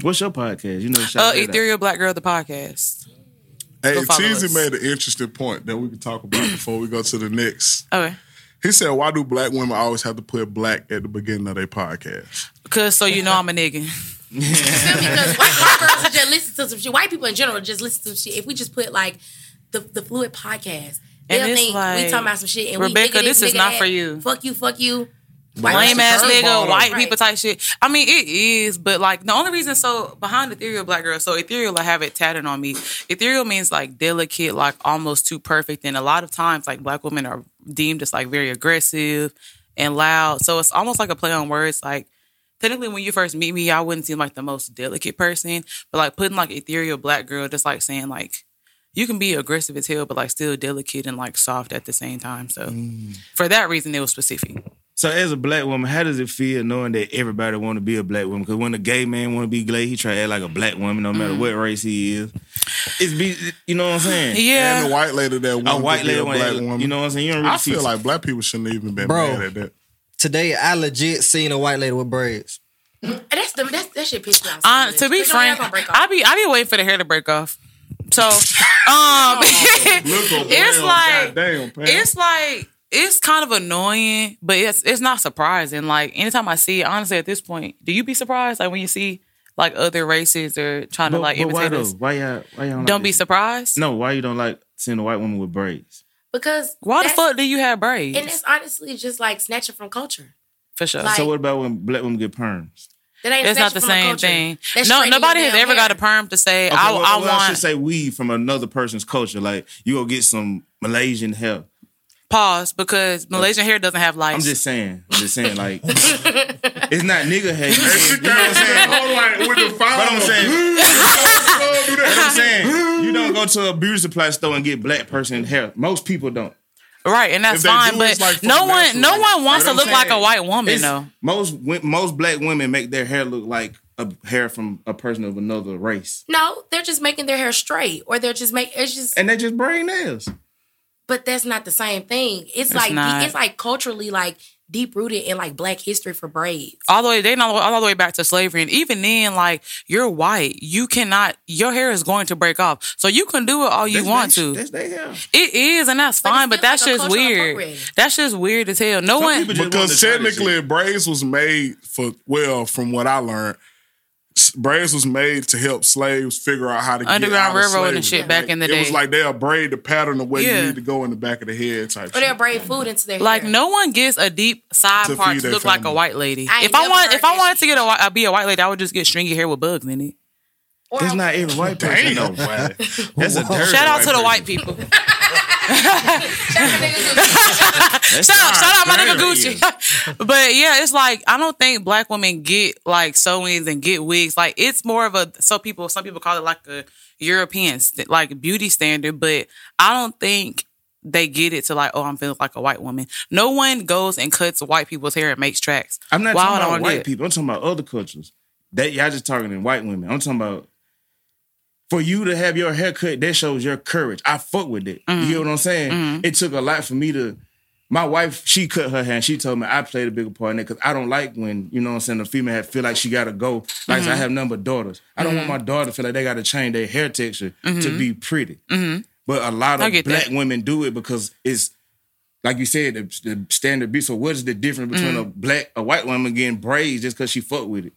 What's your podcast? You know, shout
Uh,
that out.
Ethereal Black Girl, the podcast.
Hey,
Go follow
Teasy
us.
made an interesting point that we can talk about before we go to the next.
Okay.
He said, "Why do black women always have to put black at the beginning of their podcast?"
Cause so you know I'm a nigga.
because white, white girls would just listen to some shit. White people in general just listen to some shit. If we just put like the the fluid podcast,
And
they'll
it's
think we
like,
talking about some shit. And
Rebecca,
we nigga
this is
nigga
not
that,
for you.
Fuck you, fuck you. White
lame ass
people-
nigga, white
Right.
people type shit. I mean, it is, but like the only reason so behind ethereal black girl, so ethereal, I have it tatted on me. Ethereal means like delicate, like almost too perfect, and a lot of times like black women are deemed as like very aggressive and loud. So it's almost like a play on words, like. Technically, when you first meet me, I wouldn't seem like the most delicate person, but like putting like ethereal black girl, just like saying like you can be aggressive as hell, but like still delicate and like soft at the same time. So for that reason, it was specific.
So as a black woman, how does it feel knowing that everybody want to be a black woman? Because when a gay man want to be gay, he try to act like a black woman, no
Mm.
matter what race he is. It's be, you know what I'm saying?
Yeah.
And the white lady that wanted
white
to be
lady
a
wanted-
black woman.
you know what I'm saying? You don't really
I
see-
feel like black people shouldn't even been
Bro.
mad at that.
Today, I legit seen a white lady with braids.
And that's the that's, that shit pissed me off. so
Uh,
much.
to be
Bitch, your hair
frank,
gonna break off.
I be I be waiting for the hair to break off. So, um, it's like
Damn,
it's like it's kind of annoying, but it's it's not surprising. Like anytime I see, it, honestly, at this point, do you be surprised? Like when you see like other races or trying to
But,
like
but why
imitate
though?
us?
Why y'all? Why y'all like
Don't be
this?
surprised.
No, why you don't like seeing a white woman with braids?
because
Why the
that's-
fuck do you have
And
braids?
it's honestly just like snatching from culture.
For sure.
like-
so what about when black women get perms?
That ain't
That's not the
snatching from a
same
culture.
thing.
That's
No,
straightening
nobody
your
has
damn
ever got a
hair.
perm to say
Okay,
I,
well,
I
well, I should
want.
say we from another person's culture. Like you go get some Malaysian hair.
pause because Malaysian hair doesn't have lights.
I'm just saying. I'm just saying. Like it's not nigga hair. You know what I'm saying?
with the
But
final.
I'm saying, But I'm saying, you don't go to a beauty supply store and get black person hair. Most people don't.
Right, and that's
If they
fine,
do,
but
it's like
no
fucking
one,
natural.
no one wants
But
to
I'm
look like a
saying,
white woman,
it's-
though.
Most wo- most black women make their hair look like a hair from a person of another race,
No, they're just making their hair straight, or they're just make it's just.
and they just braid nails.
but that's not the same thing. It's, like
not.
it's like culturally like deep rooted in like Black history for braids.
All the way, they know all the way back to slavery, and even then, like you're white, you cannot. Your hair is going to break off, so you can do it all you
That's
want
they-
to.
That's their hair.
it is, and that's
But it's
fine, but
still
that's
like a
just
cultural
weird.
appropriation.
That's just weird as hell. No one.
people just-
Because
wanted to try this
technically, braids was made for well, from what I learned, s- braids was made to help slaves figure out how to get
Underground
out of
Railroad and
slavery.
shit back in the
It was
day.
like they'll braid the pattern the way
Yeah.
you need to go in the back of the head type.
Or
shit.
they'll braid food into their
Like
hair.
no one gets a deep side
To
part
feed
to
their
look like a
family.
white lady.
I ain't
if I
never
want,
heard
if I
that
wanted to
shit.
get a whi- be a white lady, I would just get stringy hair with bugs in it.
Or
That's
I-
not every white person.
Damn.
though, man. That's a dirty
Shout out to the
person.
white people.
Shout out to niggas who-
That's
Shout out,
not
shout out my nigga
dirty.
Gucci. but yeah, it's like I don't think black women get like sew-ins and get wigs. Like it's more of a so people some people call it like a European st- like beauty standard, but I don't think they get it to like oh I'm feeling like a white woman. No one goes and cuts white people's hair and makes tracks.
I'm not
Why would
talking
I
about
wanna do
white
it?
people. I'm talking about other cultures. That y'all just targeting white women. I'm talking about for you to have your haircut. That shows your courage. I fuck with it. You
Mm-hmm.
hear what I'm saying? It took a lot for me to. My wife, she cut her hair. and She told me I played a bigger part in it because I don't like when you know what I'm saying. A female had- feel like she got to go. Like I
Mm-hmm.
said, I have nothing but daughters. I don't want my daughter to feel like they got to change their hair texture to be pretty. But a lot
Mm-hmm. I
of
get
black
that.
women do it because it's like you said, the, the standard beat. So what is the difference between
Mm-hmm.
a black, a white woman getting braids just because she fuck with it?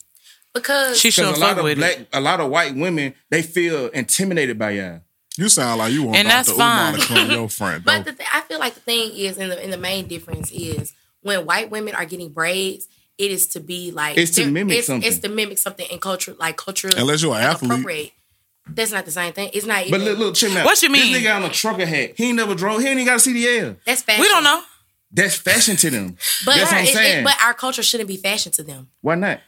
because
She
Because
shouldn't
a lot
fuck
of
with
black,
it.
a lot of white women, they feel intimidated by y'all.
You sound like you want
And that's
Dr. Umar to
fine.
come your friend.
But the th- I feel like the thing is, and the, and the main difference is when white women are getting braids, it is to be like
It's to
they're-
mimic
it's,
something.
It's to mimic something in culture, like cultural.
Unless you're an
like,
athlete.
appropriate. That's not the same thing. It's not. Even,
But look, look check me out.
What you mean?
This nigga on a trucker hat. He ain't never drove. He ain't even got a CDL.
that's fashion.
We don't know.
That's fashion to them.
But,
That's what I'm
it- it-
saying.
but our culture shouldn't be fashion to them
Why not?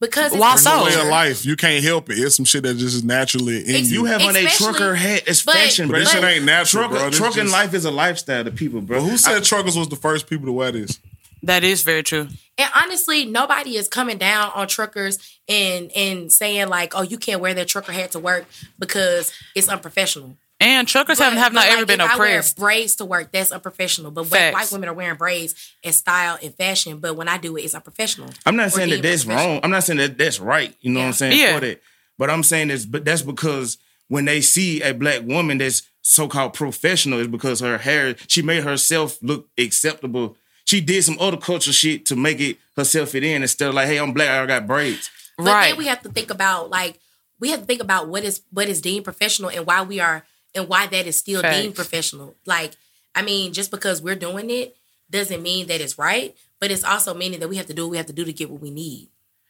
because it's
Why
our
Ah, so?
Way
culture.
of life. You can't help it. It's some shit that just is naturally in
Ex-
You
you.
have on a
Especially-
trucker hat. It's
but-
fashion,
But
bro.
this shit ain't natural,
Trucker,
bro. This
trucking
just-
life is a lifestyle to people, bro.
Who said truckers was the first people to wear this?
That is very true.
And honestly, nobody is coming down on truckers and and saying like, "Oh, you can't wear that trucker hat to work because it's unprofessional."
And truckers haven't have
But,
not
like,
ever been
if
oppressed.
I wear braids to work. That's unprofessional. But white,
Facts.
white women are wearing braids as style and fashion. But when I do it, it's unprofessional.
I'm
Or
not saying
deemed
that that's
unprofessional.
wrong. I'm not saying that that's right. You know what I'm saying
Yeah.
for that. But I'm saying this, but that's because when they see a black woman that's so-called professional, it's because her hair, she made herself look acceptable. She did some other culture shit to make it herself fit in instead of like, hey, I'm black, I got braids.
But
right.
then we have to think about like we have to think about what is what is deemed professional and why we are and why that is still
Facts.
deemed professional. Like, I mean, just because we're doing it doesn't mean that it's right, but it's also meaning that we have to do what we have to do to get what we need.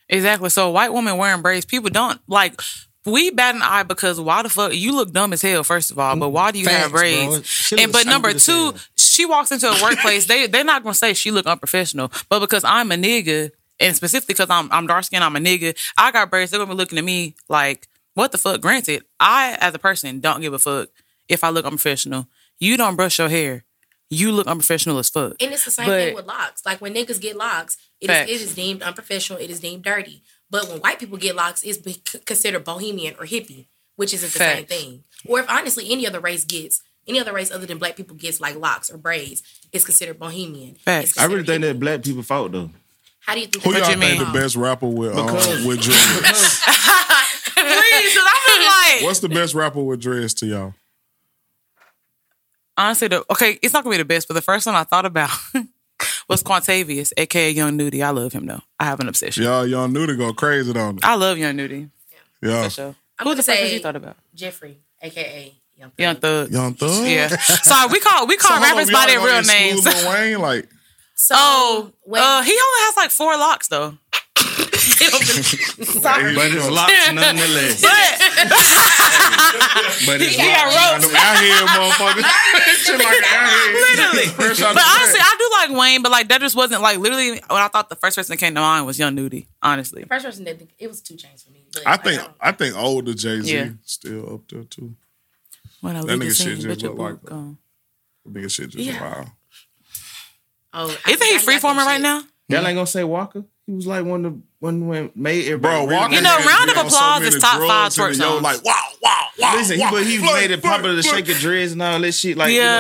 Exactly. So a white woman wearing braids, people don't like. We bat an eye because why the fuck you look dumb as hell, first of all, but why do you
Facts,
have braids?
bro. She
And
look
but number
stupid as
two,
hell.
she walks into a workplace, they they're not gonna say she look unprofessional, but because I'm a nigga, and specifically because I'm I'm dark skinned, I'm a nigga, I got braids, they're gonna be looking at me like, what the fuck? Granted, I as a person don't give a fuck if I look unprofessional. You don't brush your hair. You look unprofessional as fuck.
And it's the same
But-
thing with locks. Like when niggas get locks, it is,
Facts.
it is deemed unprofessional. It is deemed dirty. But when white people get locks, it's be- c- considered bohemian or hippie, which isn't the same
Facts.
thing. Or if honestly any other race gets any other race other than black people gets like locks or braids, it's considered bohemian.
Facts.
It's
I really
considered
think that black people fought though.
How do you think?
Who
that
y'all
you
think
mean?
the best rapper with um,
Because-
with dreads?
Please, 'cause I'm just like
What's the best rapper with dreads to y'all?
honestly, the okay, it's not gonna be the best, but the first one I thought about was Quantavius, aka Young Nudie. I love him though. I have an obsession.
Y'all y'all knew to go crazy on it.
I love Young Nudie.
Yeah.
For sure.
I'm
Who
gonna
the fuck was
say-
you thought about?
Jeffrey, aka Young Thug.
Young Thug.
Young Thug.
Yeah. Sorry, we call we
So
call
hold on,
rappers
we
by
only
their
gonna
real
exclude
names.
Lil Wayne, like
So
Oh,
when-
uh, he only has like four locks though.
Hey,
But it's locks nonetheless.
But
But it's
he got
locks.
ropes.
them out here, motherfucker. Shit like out here.
Literally.
First out
But
the
honestly,
back.
I do like Wayne, but like that just wasn't like literally when I thought the first person that came to mind was Young Nudie, honestly.
first person that it was two chains for me. But
I
like,
think
don't-
I think older Jay Z
Yeah.
still up there too.
When I
That
leave the
nigga shit
scene,
just
but your
look like-
boot gone.
I think it shit just
Yeah.
wow.
oh, I
Isn't he
forgot got
freeforming
them
right
shit.
now?
Y'all ain't gonna say Walker. He was like one of the one when made
Bro,
everybody. real-
Walker
You know,
has
round
been
of
on
applause
many
is top five
drugs in the
twerk
yo,
songs.
Like wow, wow, wow.
Listen, he,
wow,
but he
flirt,
made it
flirt,
popular to
flirt.
shake your dreads and all that shit. Like,
Yeah.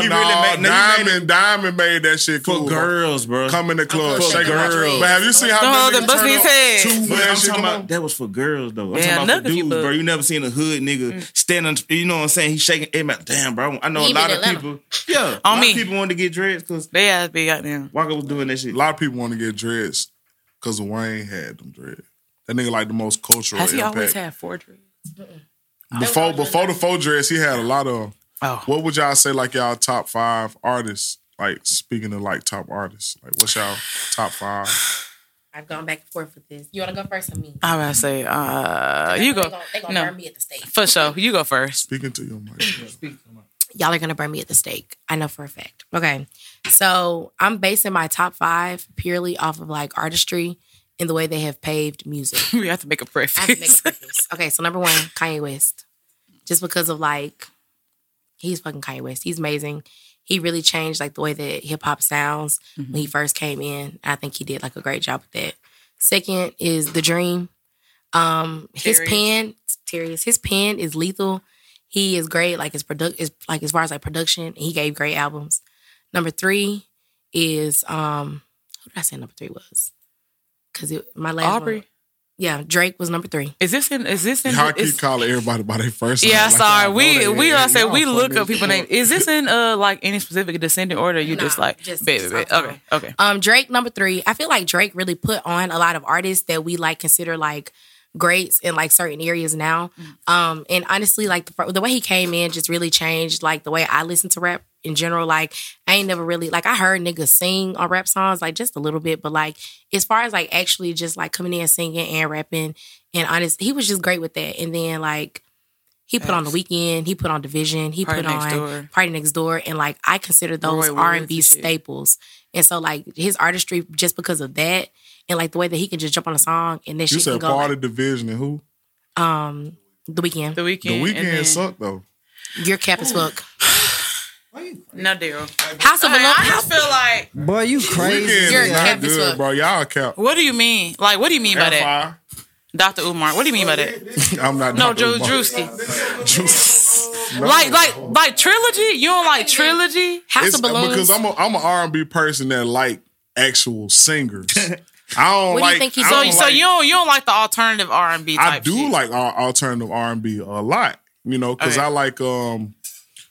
you know
No, no,
what I'm saying? he really made, no, he made
Diamond,
it
Diamond made that shit
for
cool.
girls, bro.
Come in the club,
For
shake 'em up.
girls.
But have you seen how
Don't hold
many niggas
that bus
turn
in his
up
head.
two
But
when
I'm
that shit
talking
come
about
out?
that was for girls though. I'm
Yeah,
talking about
look
for
if you
dudes,
look.
bro. You never seen a hood nigga standing. You know what I'm saying? He's shaking. Hey, man, damn, bro. I know
Even
a lot
in
of
Atlanta.
people. Yeah, a
On
lot
me.
of people wanted to get dreads because
They ass be out there.
Walker was doing that shit.
A lot of people want to get dreads because Wayne had them dreads. That nigga like the most cultural
Has he always
impact.
had four dreads?
before before the faux dress, he had a lot of.
Oh.
What would y'all say like y'all top five artists? Like speaking of like top artists, like what's y'all top five?
I've gone back and forth with this. You want to go first or me?
I would say, uh, you
They're
go.
gonna- They're gonna
No.
burn me at the stake.
For sure. You go first.
Speaking to you, Mike.
Y'all are gonna burn me at the stake. I know for a fact. Okay, so I'm basing my top five purely off of like artistry and the way they have paved music.
We have to make a
I have to make
preface.
a preface. Okay, so number one, Kanye West. Just because of like, he's fucking Kanye West. He's amazing. He really changed like the way that hip hop sounds when he first came in. I think he did like a great job with that. Second is The Dream. Um, his
Tyrese.
pen, Tyrese, his pen is lethal. He is great. Like his product is like as far as like production, he gave great albums. Number three is um, who did I say number three was? Because my last one-
Aubrey.
yeah, Drake was number three.
Is this in? Is this in?
How can you
is-
call everybody by their first name?
yeah,
Like,
sorry.
y'all know
We
that.
we
Yeah,
I said
y'all
we
funny
look
as
up people
fuck.
name. Is this in uh like any specific descending order? You just
Nah,
like
just-
baby,
just
baby.
off
okay, okay.
Um, Drake number three. I feel like Drake really put on a lot of artists that we like consider like greats in like certain areas now.
Mm.
Um, and honestly, like the, fir- the way he came in just really changed like the way I listen to rap in general. Like I ain't never really like I heard niggas sing on rap songs like just a little bit, but like as far as like actually just like coming in singing and rapping and honest, he was just great with that. And then like. He put on the weekend. He put on division. He
Party
put
Next
on
Door.
party next door, and like I consider those
Roy Woods
R and B
and shit.
staples. And so like his artistry, just because of that, and like the way that he can just jump on a song and then
You
shit can
said
go
part
like,
of division and who?
um the weekend.
The weekend.
The
and
weekend
then-
sucked though.
Your cap is fuck.
No deal.
House of
Like,
Beloved.
I just feel like.
Boy, you
Weekend
crazy.
You're
is
a
not
cap as
good,
fuck.
bro. Y'all cap.
What do you mean? Like, what do you mean by that,
Fire.
Doctor Umar? What do you mean by that?
I'm not.
No,
not
Drew
Umar.
Drewski.
Juice. No.
Like, like, like trilogy. You don't like trilogy?
House
It's-
of Balloons.
because I'm a, I'm an R&B person that like actual singers. I don't
What do you
like.
think he's-
I
So,
don't
so
like-
you don't, you don't like the alternative R and B.
I do like al- alternative R and B a lot, you know, because
Okay.
I like um,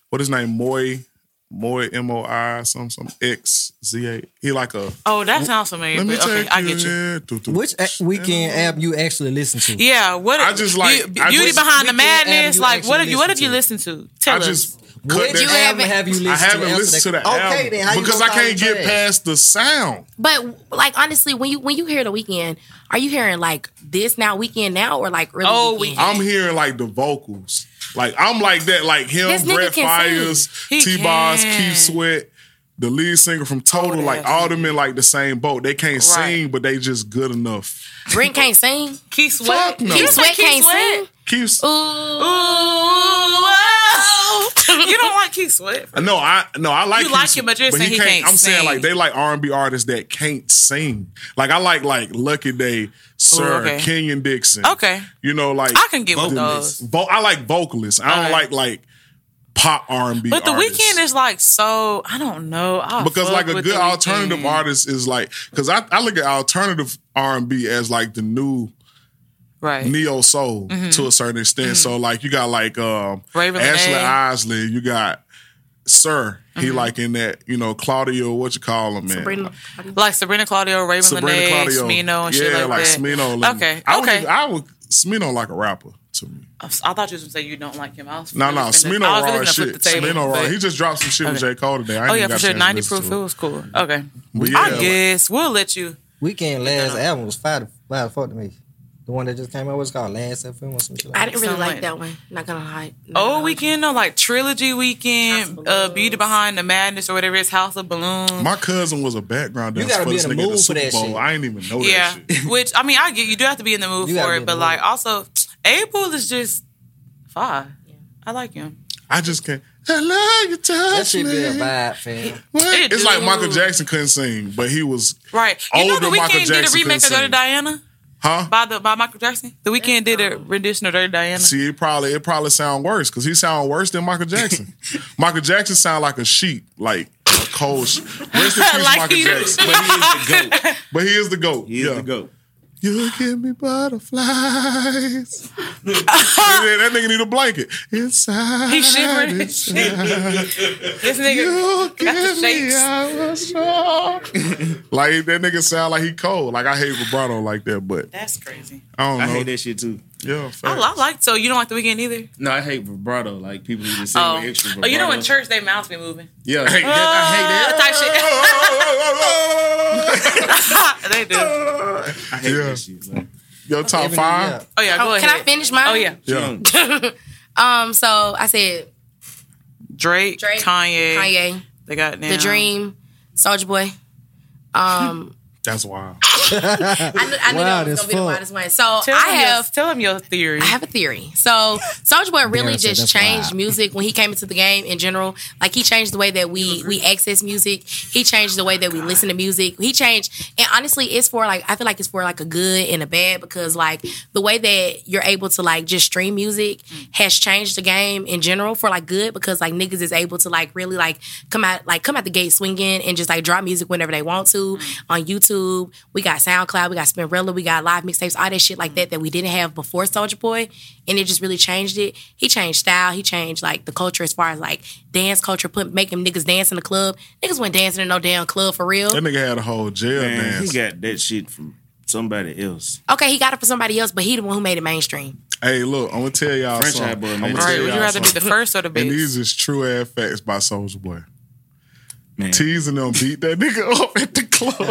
what his name, Moy, Moy M O I, some some X Z A. He like a.
Oh, that sounds familiar.
Let me
but, okay,
take
I get you.
there, do, do,
Which a- weekend album you actually listen to?
Yeah, what
I just like-
beauty,
I just-
behind the
Weekend
madness.
Avenue
Like, what
actually
have you? What have you
listen
listened to?
I
Tell us.
just cut
Which
that.
you
album
haven't-
have you listened
I
to?
haven't
Answer
listened to
that-
that album
Okay, then how you
because
gonna
I
call
can't
it
get
trash?
past the sound.
But like honestly, when you when you hear the weekend, are you hearing like this now weekend now or like really?
Oh,
weekend?
Weeknd.
I'm hearing like the vocals. Like I'm like that, like
This
him,
nigga
Brett
can
Fires,
sing. He
T Boss,
can.
Keith Sweat, the lead singer
Oh,
from Total, like all them in like the same boat. They can't sing, but they just good enough.
Brent can't sing.
Keith Sweat.
Fuck no.
You
Keith
don't
Sweat
like Keith
can't
Sweat?
sing.
Keith
Ooh,
Ooh, wow. you don't like Keith Sweat.
Uh, No, I no, I like
You like
Keith,
him, but you're saying
he
he
can't.
can't
I'm saying
sing.
like they like R and B artists that can't sing. Like I like like Lucky Day, Sir,
okay.
Kenyon Dixon.
Okay.
you know like
I can get with
vocalists.
those.
Vo- I like vocalists. I don't
Alright.
like like pop R and B.
But the weekend is like so. I don't know. I
because
fuck
like a
with
good
The Weeknd.
alternative artist is like because I, I look at alternative R and B as like the new
right?
neo soul
Mm-hmm.
to a certain extent. So like you got like um
Ray Renee.
Ashley Isley, you got Sir.
Mm-hmm.
He like in that you know Claudio, what you call him, man?
Brent-
like Sabrina Claudio, Raven
Sabrina
Lene,
Claudio,
Smino, and
yeah,
shit like, that.
Smino. Like,
okay,
I would,
okay. I,
I would Smino like a rapper to me.
thought you was gonna say you don't like him. I was
No,
really
no,
finna-
Smino
I was
raw
really
as
finna flip
shit.
the table,
Smino raw.
but-
He just dropped some shit with J Cole today. I
oh
ain't
yeah,
even got
for sure.
a chance to
Ninety
listen
proof.
to
It
it.
was cool. Okay,
But
I
yeah,
guess we'll let you.
Weekend last album was fire, fire the fuck to me. The one that just came out was called Last FM or some
I
shit. Like that.
didn't really
Someone.
like that one. Not gonna lie. Not gonna
Oh,
lie.
weekend though, like trilogy weekend,
House of
uh,
Balloons.
beauty behind the madness or whatever it's House of Balloons.
My cousin was a background
You
dancer
gotta
for
be
this
in the
nigga at the
mood for
Super
that
Bowl.
shit.
I ain't even know
yeah,
that shit.
which I mean, I get you do have to be in the mood
You gotta
for
be
it,
in
but
the
like
mood.
also Abel is just fine. I like him.
I just can't. I love you, touch
That should
me.
be a vibe, fam.
What?
It
it's like
do.
Michael Jackson couldn't sing, but he was
Right. You know
Older
the
Michael
weekend did a
Jackson
remake of
couldn't
Dirty
sing.
Diana
huh?
by the by Michael Jackson. The weekend did a rendition of Dirty Diana.
See, it probably it probably sound worse because he sound worse than Michael Jackson. Michael Jackson sound like a sheep, like a cold. Sheep. Rest in peace,
Like
Michael
he-
Jackson.
But he is the goat.
But he is the goat.
He is
yeah.
the goat.
You give me butterflies. that, that nigga need a blanket inside.
He shivering. this
inside.
nigga
You give me hours
shakes.
more. Like that nigga sound like he cold. Like I hate vibrato like that, but
That's crazy.
I don't know.
I hate that shit too.
Yeah,
I,
facts.
I like so you don't like the weekend either.
No, I hate vibrato. Like people who just sing
Oh,
with extra
oh,
vibrato.
you know in church they mouths be moving.
Yeah, I hate that.
Type shit. they do. Oh
I hate that. I hate
Yeah.
that shit. Like,
Yo, top
Even-
five.
yeah, go ahead.
Can I finish mine?
Oh yeah,
Yeah.
Um. So I said
Drake,
Drake,
Kanye,
Kanye,
They got now.
The Dream, Soldier Boy. Um.
That's wild.
I knew, I knew
Wow,
that was gonna
that's
be the
fuck.
wildest one. So
Tell
I
him
have
your, tell him your theory.
I have a theory. So Soulja Boy really
Damn, so
just
that's
changed
wild.
music when he came into the game in general. Like he changed the way that we we access music. He changed the way that we listen to music. He changed, and honestly, it's for like I feel like it's for like a good and a bad because like the way that you're able to like just stream music
Mm.
has changed the game in general for like good because like niggas is able to like really like come out like come out the gate swinging and just like drop music whenever they want to on YouTube. We got SoundCloud, we got Spinrilla, we got live mixtapes, all that shit like that that we didn't have before Soldier Boy, and it just really changed it. He changed style, he changed like the culture as far as like dance culture, put making niggas dance in the club. Niggas went dancing in no damn club for real.
That nigga had a whole jail
man, he
dance.
got that shit from somebody else.
Okay, he got it for somebody else, but he the one who made it mainstream.
hey, look, I'm gonna tell y'all
French
something.
Eyed Boy,
I'm
man.
gonna
All
tell
Right? Would
y'all
you rather be the
something.
first or the
And
best?
these is true ass facts by Soldier Boy.
Man,
Teasing them beat that nigga up at the club.
Me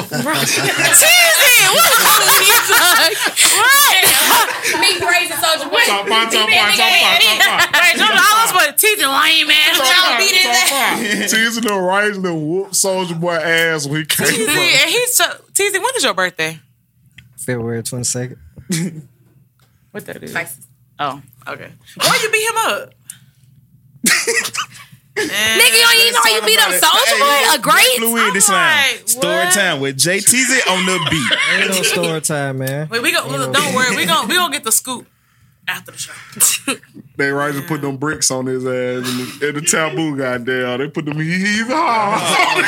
praising Soldier Boy.
top five, top five, top five, top five.
Teasing lame ass. Y'all beat his ass.
Teasing the right the whoop soldier boy ass when he came
TZ,
from.
and he's so, TZ, when is your birthday?
February 22nd.
What that is?
Pisces.
Oh, okay. Why you beat him up?
Nigga, you don't even know how you beat up Soldier Boy? A great?
Fluid this time.
like,
Story
what?
time with JTZ on the beat.
Ain't no story time, man.
Wait, we go, don't worry. We gon' we gonna get the scoop after the show.
They right to put them bricks on his ass and the, and the taboo got down. They put them he's hard.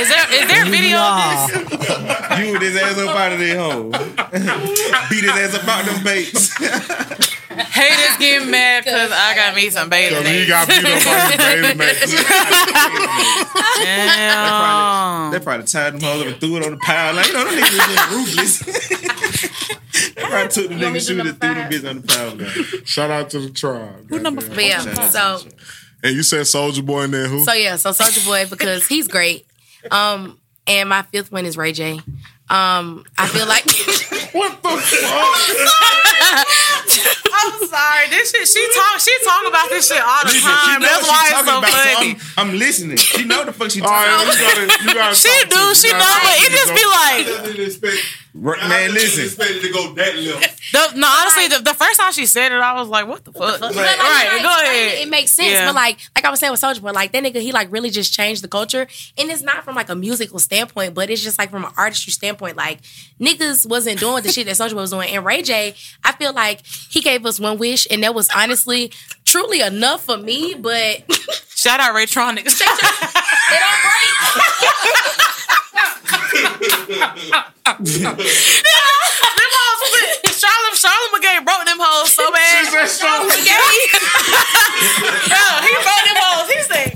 Is there is there a video of this?
You with his ass up out of there hole. Beat his ass up out them baits.
Haters getting mad because I got me some bathing.
he
Damn.
got beat up on his baby mate.
Um.
They probably tied them hoes up and threw it on the pile. Like, you know, them niggas was just ruthless. they probably took the
want me
nigga
to
shoot
number
and threw the
five?
bitch on the pile. man.
Shout out to the tribe. goddamn.
But yeah, so
And you said Soldier Boy in there who?
So yeah, so Soldier Boy because he's great. Um, and my fifth one is Ray J. Um, I feel like
what the fuck?
I'm sorry. This shit. She talk. She talk about this shit all the
Listen, she
time.
know
That's
what
why
she
it's
talking
so
about, so
funny.
I'm, I'm listening. She know the fuck she
All
talking
right,
about.
you gotta, you gotta
She
talk to
do.
him.
She
You
know,
gotta
but
talk
it
to
just
him.
be like.
Didn't expect.
Right,
I
man,
didn't
listen.
Expect it to go that level.
The, no, honestly, the, the first time she said it, I was like, "What the fuck?"
But,
Right,
like, when I
go
explain
ahead.
It, it makes sense,
Yeah.
but like, like I was saying with Soldier Boy, like that nigga, he like really just changed the culture, and it's not from like a musical standpoint, but it's just like from an artistry standpoint. Like niggas wasn't doing the shit that Soldier Boy was doing, and Ray J, I feel like he gave us one wish, and that was honestly, truly enough for me. But it
Shout out Raytronics.
don't break.
them hoes, Charlem, Charlem McGay broke them hoes so bad.
She said Charlamagne.
Yo, he broke them hoes. He said,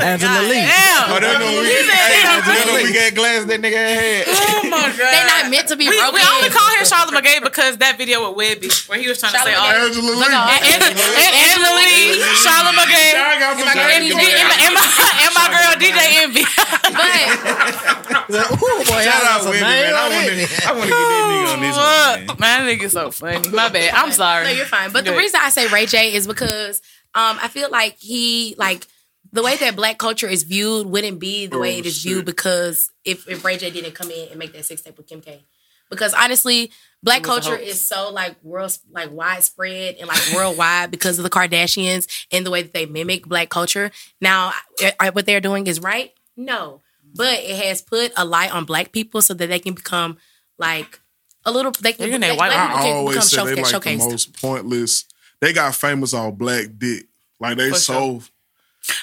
Angela Lee.
damn.
Oh, that's the one we,
He said,
hey, that's the one we
"Charlamagne."
got glass that nigga had.
Oh my God.
They not meant to be
we,
broken.
we only call him Charlem McGay because that video with Webby where he was trying to say all
Charlamagne.
that.
Angela Lee.
And Angela Lee, Charlem McGay,
I got some
and,
Angela
and, my, and, my, and my girl DJ Envy.
but
Ooh, boy,
Shout out
that's a
Wendy,
name
man. I
on
want to get
it.
that nigga on this one, man.
Look, man, that nigga's so funny. My bad. I'm sorry.
No, you're fine. But the
Good.
reason I say Ray J is because um, I feel like he like the way that black culture is viewed wouldn't be the
Oh,
way it is viewed because if, if Ray J didn't come in and make that sextape with Kim K. Because honestly, black
was a
culture
hoax.
is so like world like widespread and like worldwide because of the Kardashians and the way that they mimic black culture. Now, I- I- what they're doing is right? No. But it has put a light on black people so that they can become like a little they can,
They're gonna
they-
white-
black people
I
can become
always say they like
showca-
the
showcased.
most pointless. They got famous on black dick. Like they
For
so.
sure.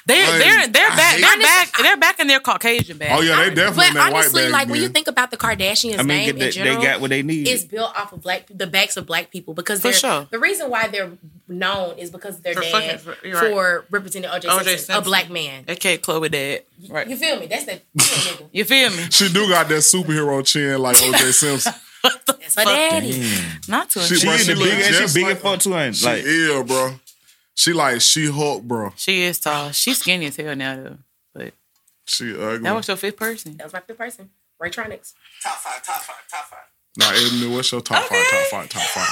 They're
Like,
they're they're
I
back
hate
they're
it.
back they're back in their Caucasian bag.
Oh yeah, they definitely in
But
that
honestly,
white bag.
like when you
man.
think about the Kardashians'
I mean,
name
get that,
in
they
general,
got what they
it's
need.
built off of black the backs of black people because
For
they're
sure.
the reason why they're known is because of their
For fucking-
dad
for-
for,
you're right.
representing OJ,
O.J.
Simpson,
Simpson.
a black man.
Okay, Chloe dad.
You
Right.
feel me? That's that nigga.
You feel me?
she do got that superhero chin like OJ Simpson.
That's her daddy.
Not too
She
She
she,
bruh,
is the
look
big and
just
she big
like
and fuck too, ain't
She
like
ill, bro. She like she Hulk, bro.
she is tall. She's skinny as hell now though. But
She ugly.
that was your fifth person.
That was my fifth person. Raytronics.
Top five, top five, top five.
nah, Edmund, what's your top
Okay.
five? Top five, top five.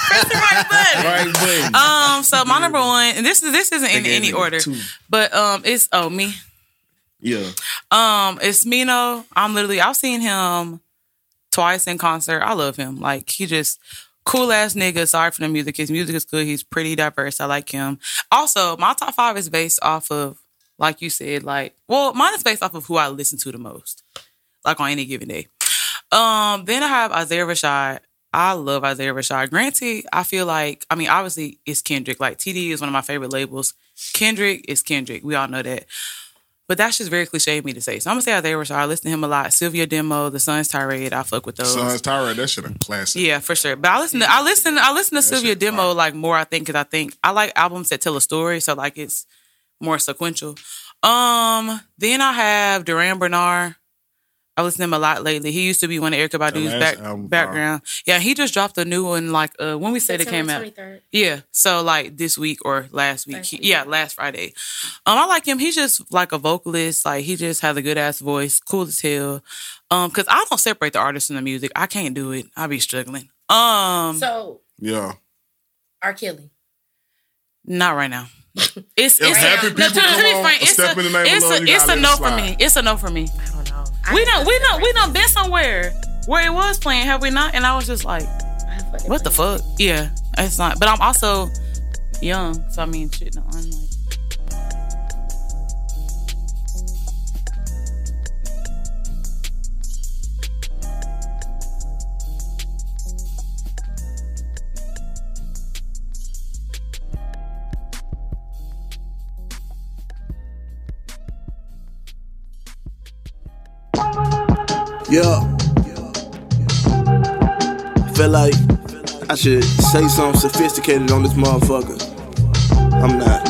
right wing.
um, so my number one, and this is this isn't in
They gave
any
me
order,
two.
but um, it's oh me.
Yeah.
Um, it's Mino. I'm literally I've seen him twice in concert. I love him. Like he just cool ass nigga. Sorry for the music. His music is good. He's pretty diverse. I like him. Also, my top five is based off of like you said, like well, mine is based off of who I listen to the most, like on any given day. Um, then I have Isaiah Rashad. I love Isaiah Rashad. Granted, I feel like I mean, obviously it's Kendrick. Like TD is one of my favorite labels. Kendrick is Kendrick. We all know that. But that's just very cliche of me to say. So I'm gonna say Isaiah Rashad. I listen to him a lot. Sylvia Demo, The Sun's Tirade. I fuck with those.
Sons Tyrant, that shit a classic.
Yeah, for sure. But I listen to I listen I listen to Sylvia
shit
Demo like more. I think because I think I like albums that tell a story, so like it's more sequential. Um, then I have Duran Bernard. I listen to him a lot lately. He used to be one of Erica Badu's
last
back,
album, uh,
background. Yeah, he just dropped a new one like uh when we said it came out. Yeah. So like this week or last week.
Last
He-
week.
yeah, last Friday. Um, I like him. He's just like a vocalist. Like he just has a good ass voice, cool as hell. Um, cause I don't separate the artist and the music. I can't do it. I be struggling. Um,
So
Yeah.
R. Kelly.
not right now. It's,
If
it's
happy people
to- to
come
be
on,
frank,
a step in the name of
it's
love,
a,
you
it's
gotta
a
let
no
it
for me.
slide.
It's a no for me. We done, we done, we done been somewhere where it was playing, have we not? And I was just like, what the fuck? Yeah, it's not. But I'm also young, so I mean, shit. No, I'm like,
Yeah. Feel like I should say something sophisticated on this motherfucker. I'm not.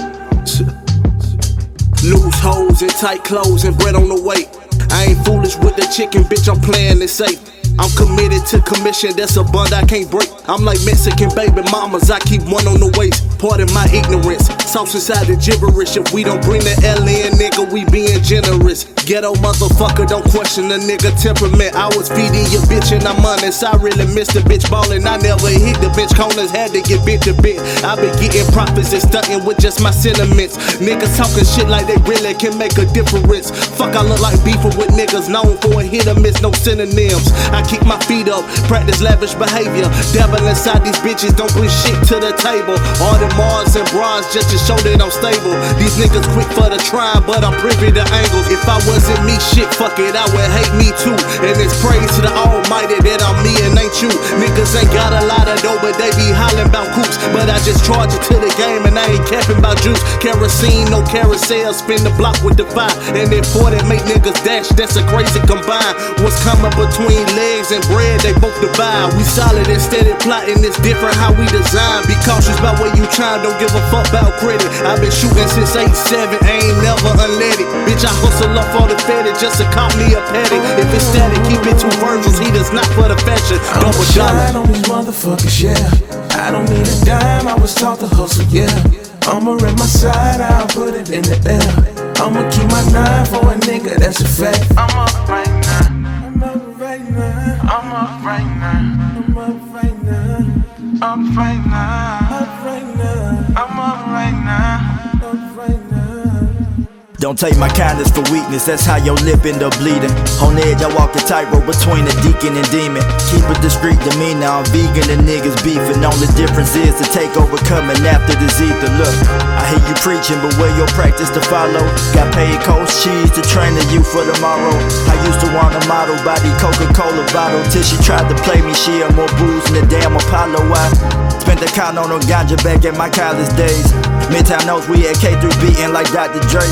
Loose hoes in tight clothes and bread on the way. I ain't foolish with the chicken, bitch, I'm playing it safe. I'm committed to commission, that's a bond I can't break. I'm like Mexican baby mamas, I keep one on the waist. Pardon my ignorance, sauce inside the gibberish. If we don't bring the L in, nigga, we being generous. Ghetto motherfucker, don't question a nigga temperament. I was feeding your bitch and I'm honest. I really missed the bitch ballin'. I never hit the bitch corners, had to get bit to bit. I been getting profits and stunting with just my sentiments. Niggas talking shit like they really can make a difference. Fuck, I look like beefing with niggas known for a hit or miss, no synonyms. I kick my feet up, practice lavish behavior. Devil inside these bitches don't bring shit to the table. All the Mars and bras just to show that I'm stable. These niggas quick for the trying, but I'm privy to angles. If I wasn't me, shit, fuck it, I would hate me too. And it's praise to the Almighty that I'm me and ain't you. Niggas ain't got a lot of dough, but they be hollering about coops. But I just charge it to the game and I ain't capping about juice. Kerosene, no carousel, spin the block with the fire. And then four that make niggas dash, that's a crazy combine. What's coming between legs and bread, they both divide. We solid and steady plotting, it's different how we design. Be cautious about where you trying, don't give a fuck about credit. I've been shooting since 8-7, ain't never unleaded. Bitch, I hustle up for the fetish just to cop me a petty. If it's static, keep it to Virgil's, he does not for the fashion.
I'm
Double dollar.
shine on these motherfuckers, yeah. I don't need a dime, I was taught to hustle, yeah. I'ma rent my side, I'll put it in the air. I'ma keep my nine for a nigga, that's a fact. I'm up right now. I'm up right now. I'm up right now. I'm up right now. I'm right now. Up right now. I'm up right now. Up right now.
Don't take my kindness for weakness, that's how your lip end up bleeding. On edge, I walk the tightrope between a deacon and demon. Keep a discreet demeanor, I'm vegan and niggas beefing. Only difference is the takeover coming after this ether. Look, I hear you preaching, but where your practice to follow? Got paid cold cheese to train the youth for tomorrow. I used to want a model body, Coca Cola bottle. Till she tried to play me, she had more booze than the damn Apollo. I Spent the con on a ganja back in my college days. Midtown notes, we at K through beating like Dr. Dre.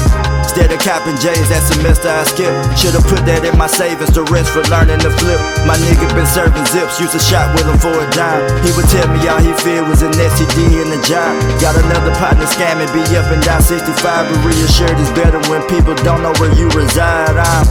Instead of copping J's that semester I skipped. Should've put that in my savings to rest for learning to flip. My nigga been serving zips, used to shop with him for a dime. He would tell me all he feared was an STD and a job. Got another partner scamming, be up and down 65. But reassured is better when people don't know where you reside. I'm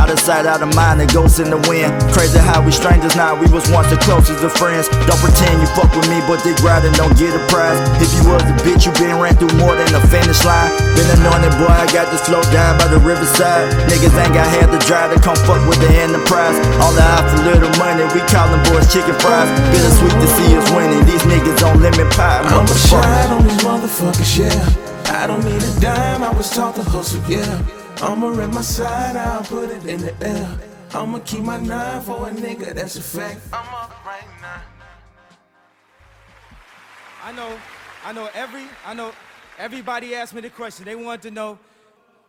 out of sight, out of mind, a ghost in the wind. Crazy how we strangers now, we was once the closest of friends. Don't pretend you fuck with me, but dig right and don't get a prize. If you was a bitch, you been ran through more than the finish line. Been anointed, boy, I got this flow down by the riverside. Niggas ain't got hair to dry to come fuck with the enterprise. All the eye for little money, we callin' boys chicken fries. Bittersweet to see us winning, these niggas on lemon
I'm
pie,
a
motherfucker.
shine on these motherfuckers, yeah. I don't need a dime, I was taught to hustle, yeah. I'ma rent my side, I'll put it in the air. I'ma keep my nine for a nigga, that's a fact. I'm up right now.
I know, I know every, I know everybody asked me the question. They wanted to know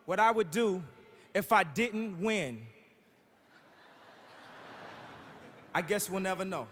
what I would do if I didn't win. I guess we'll never know.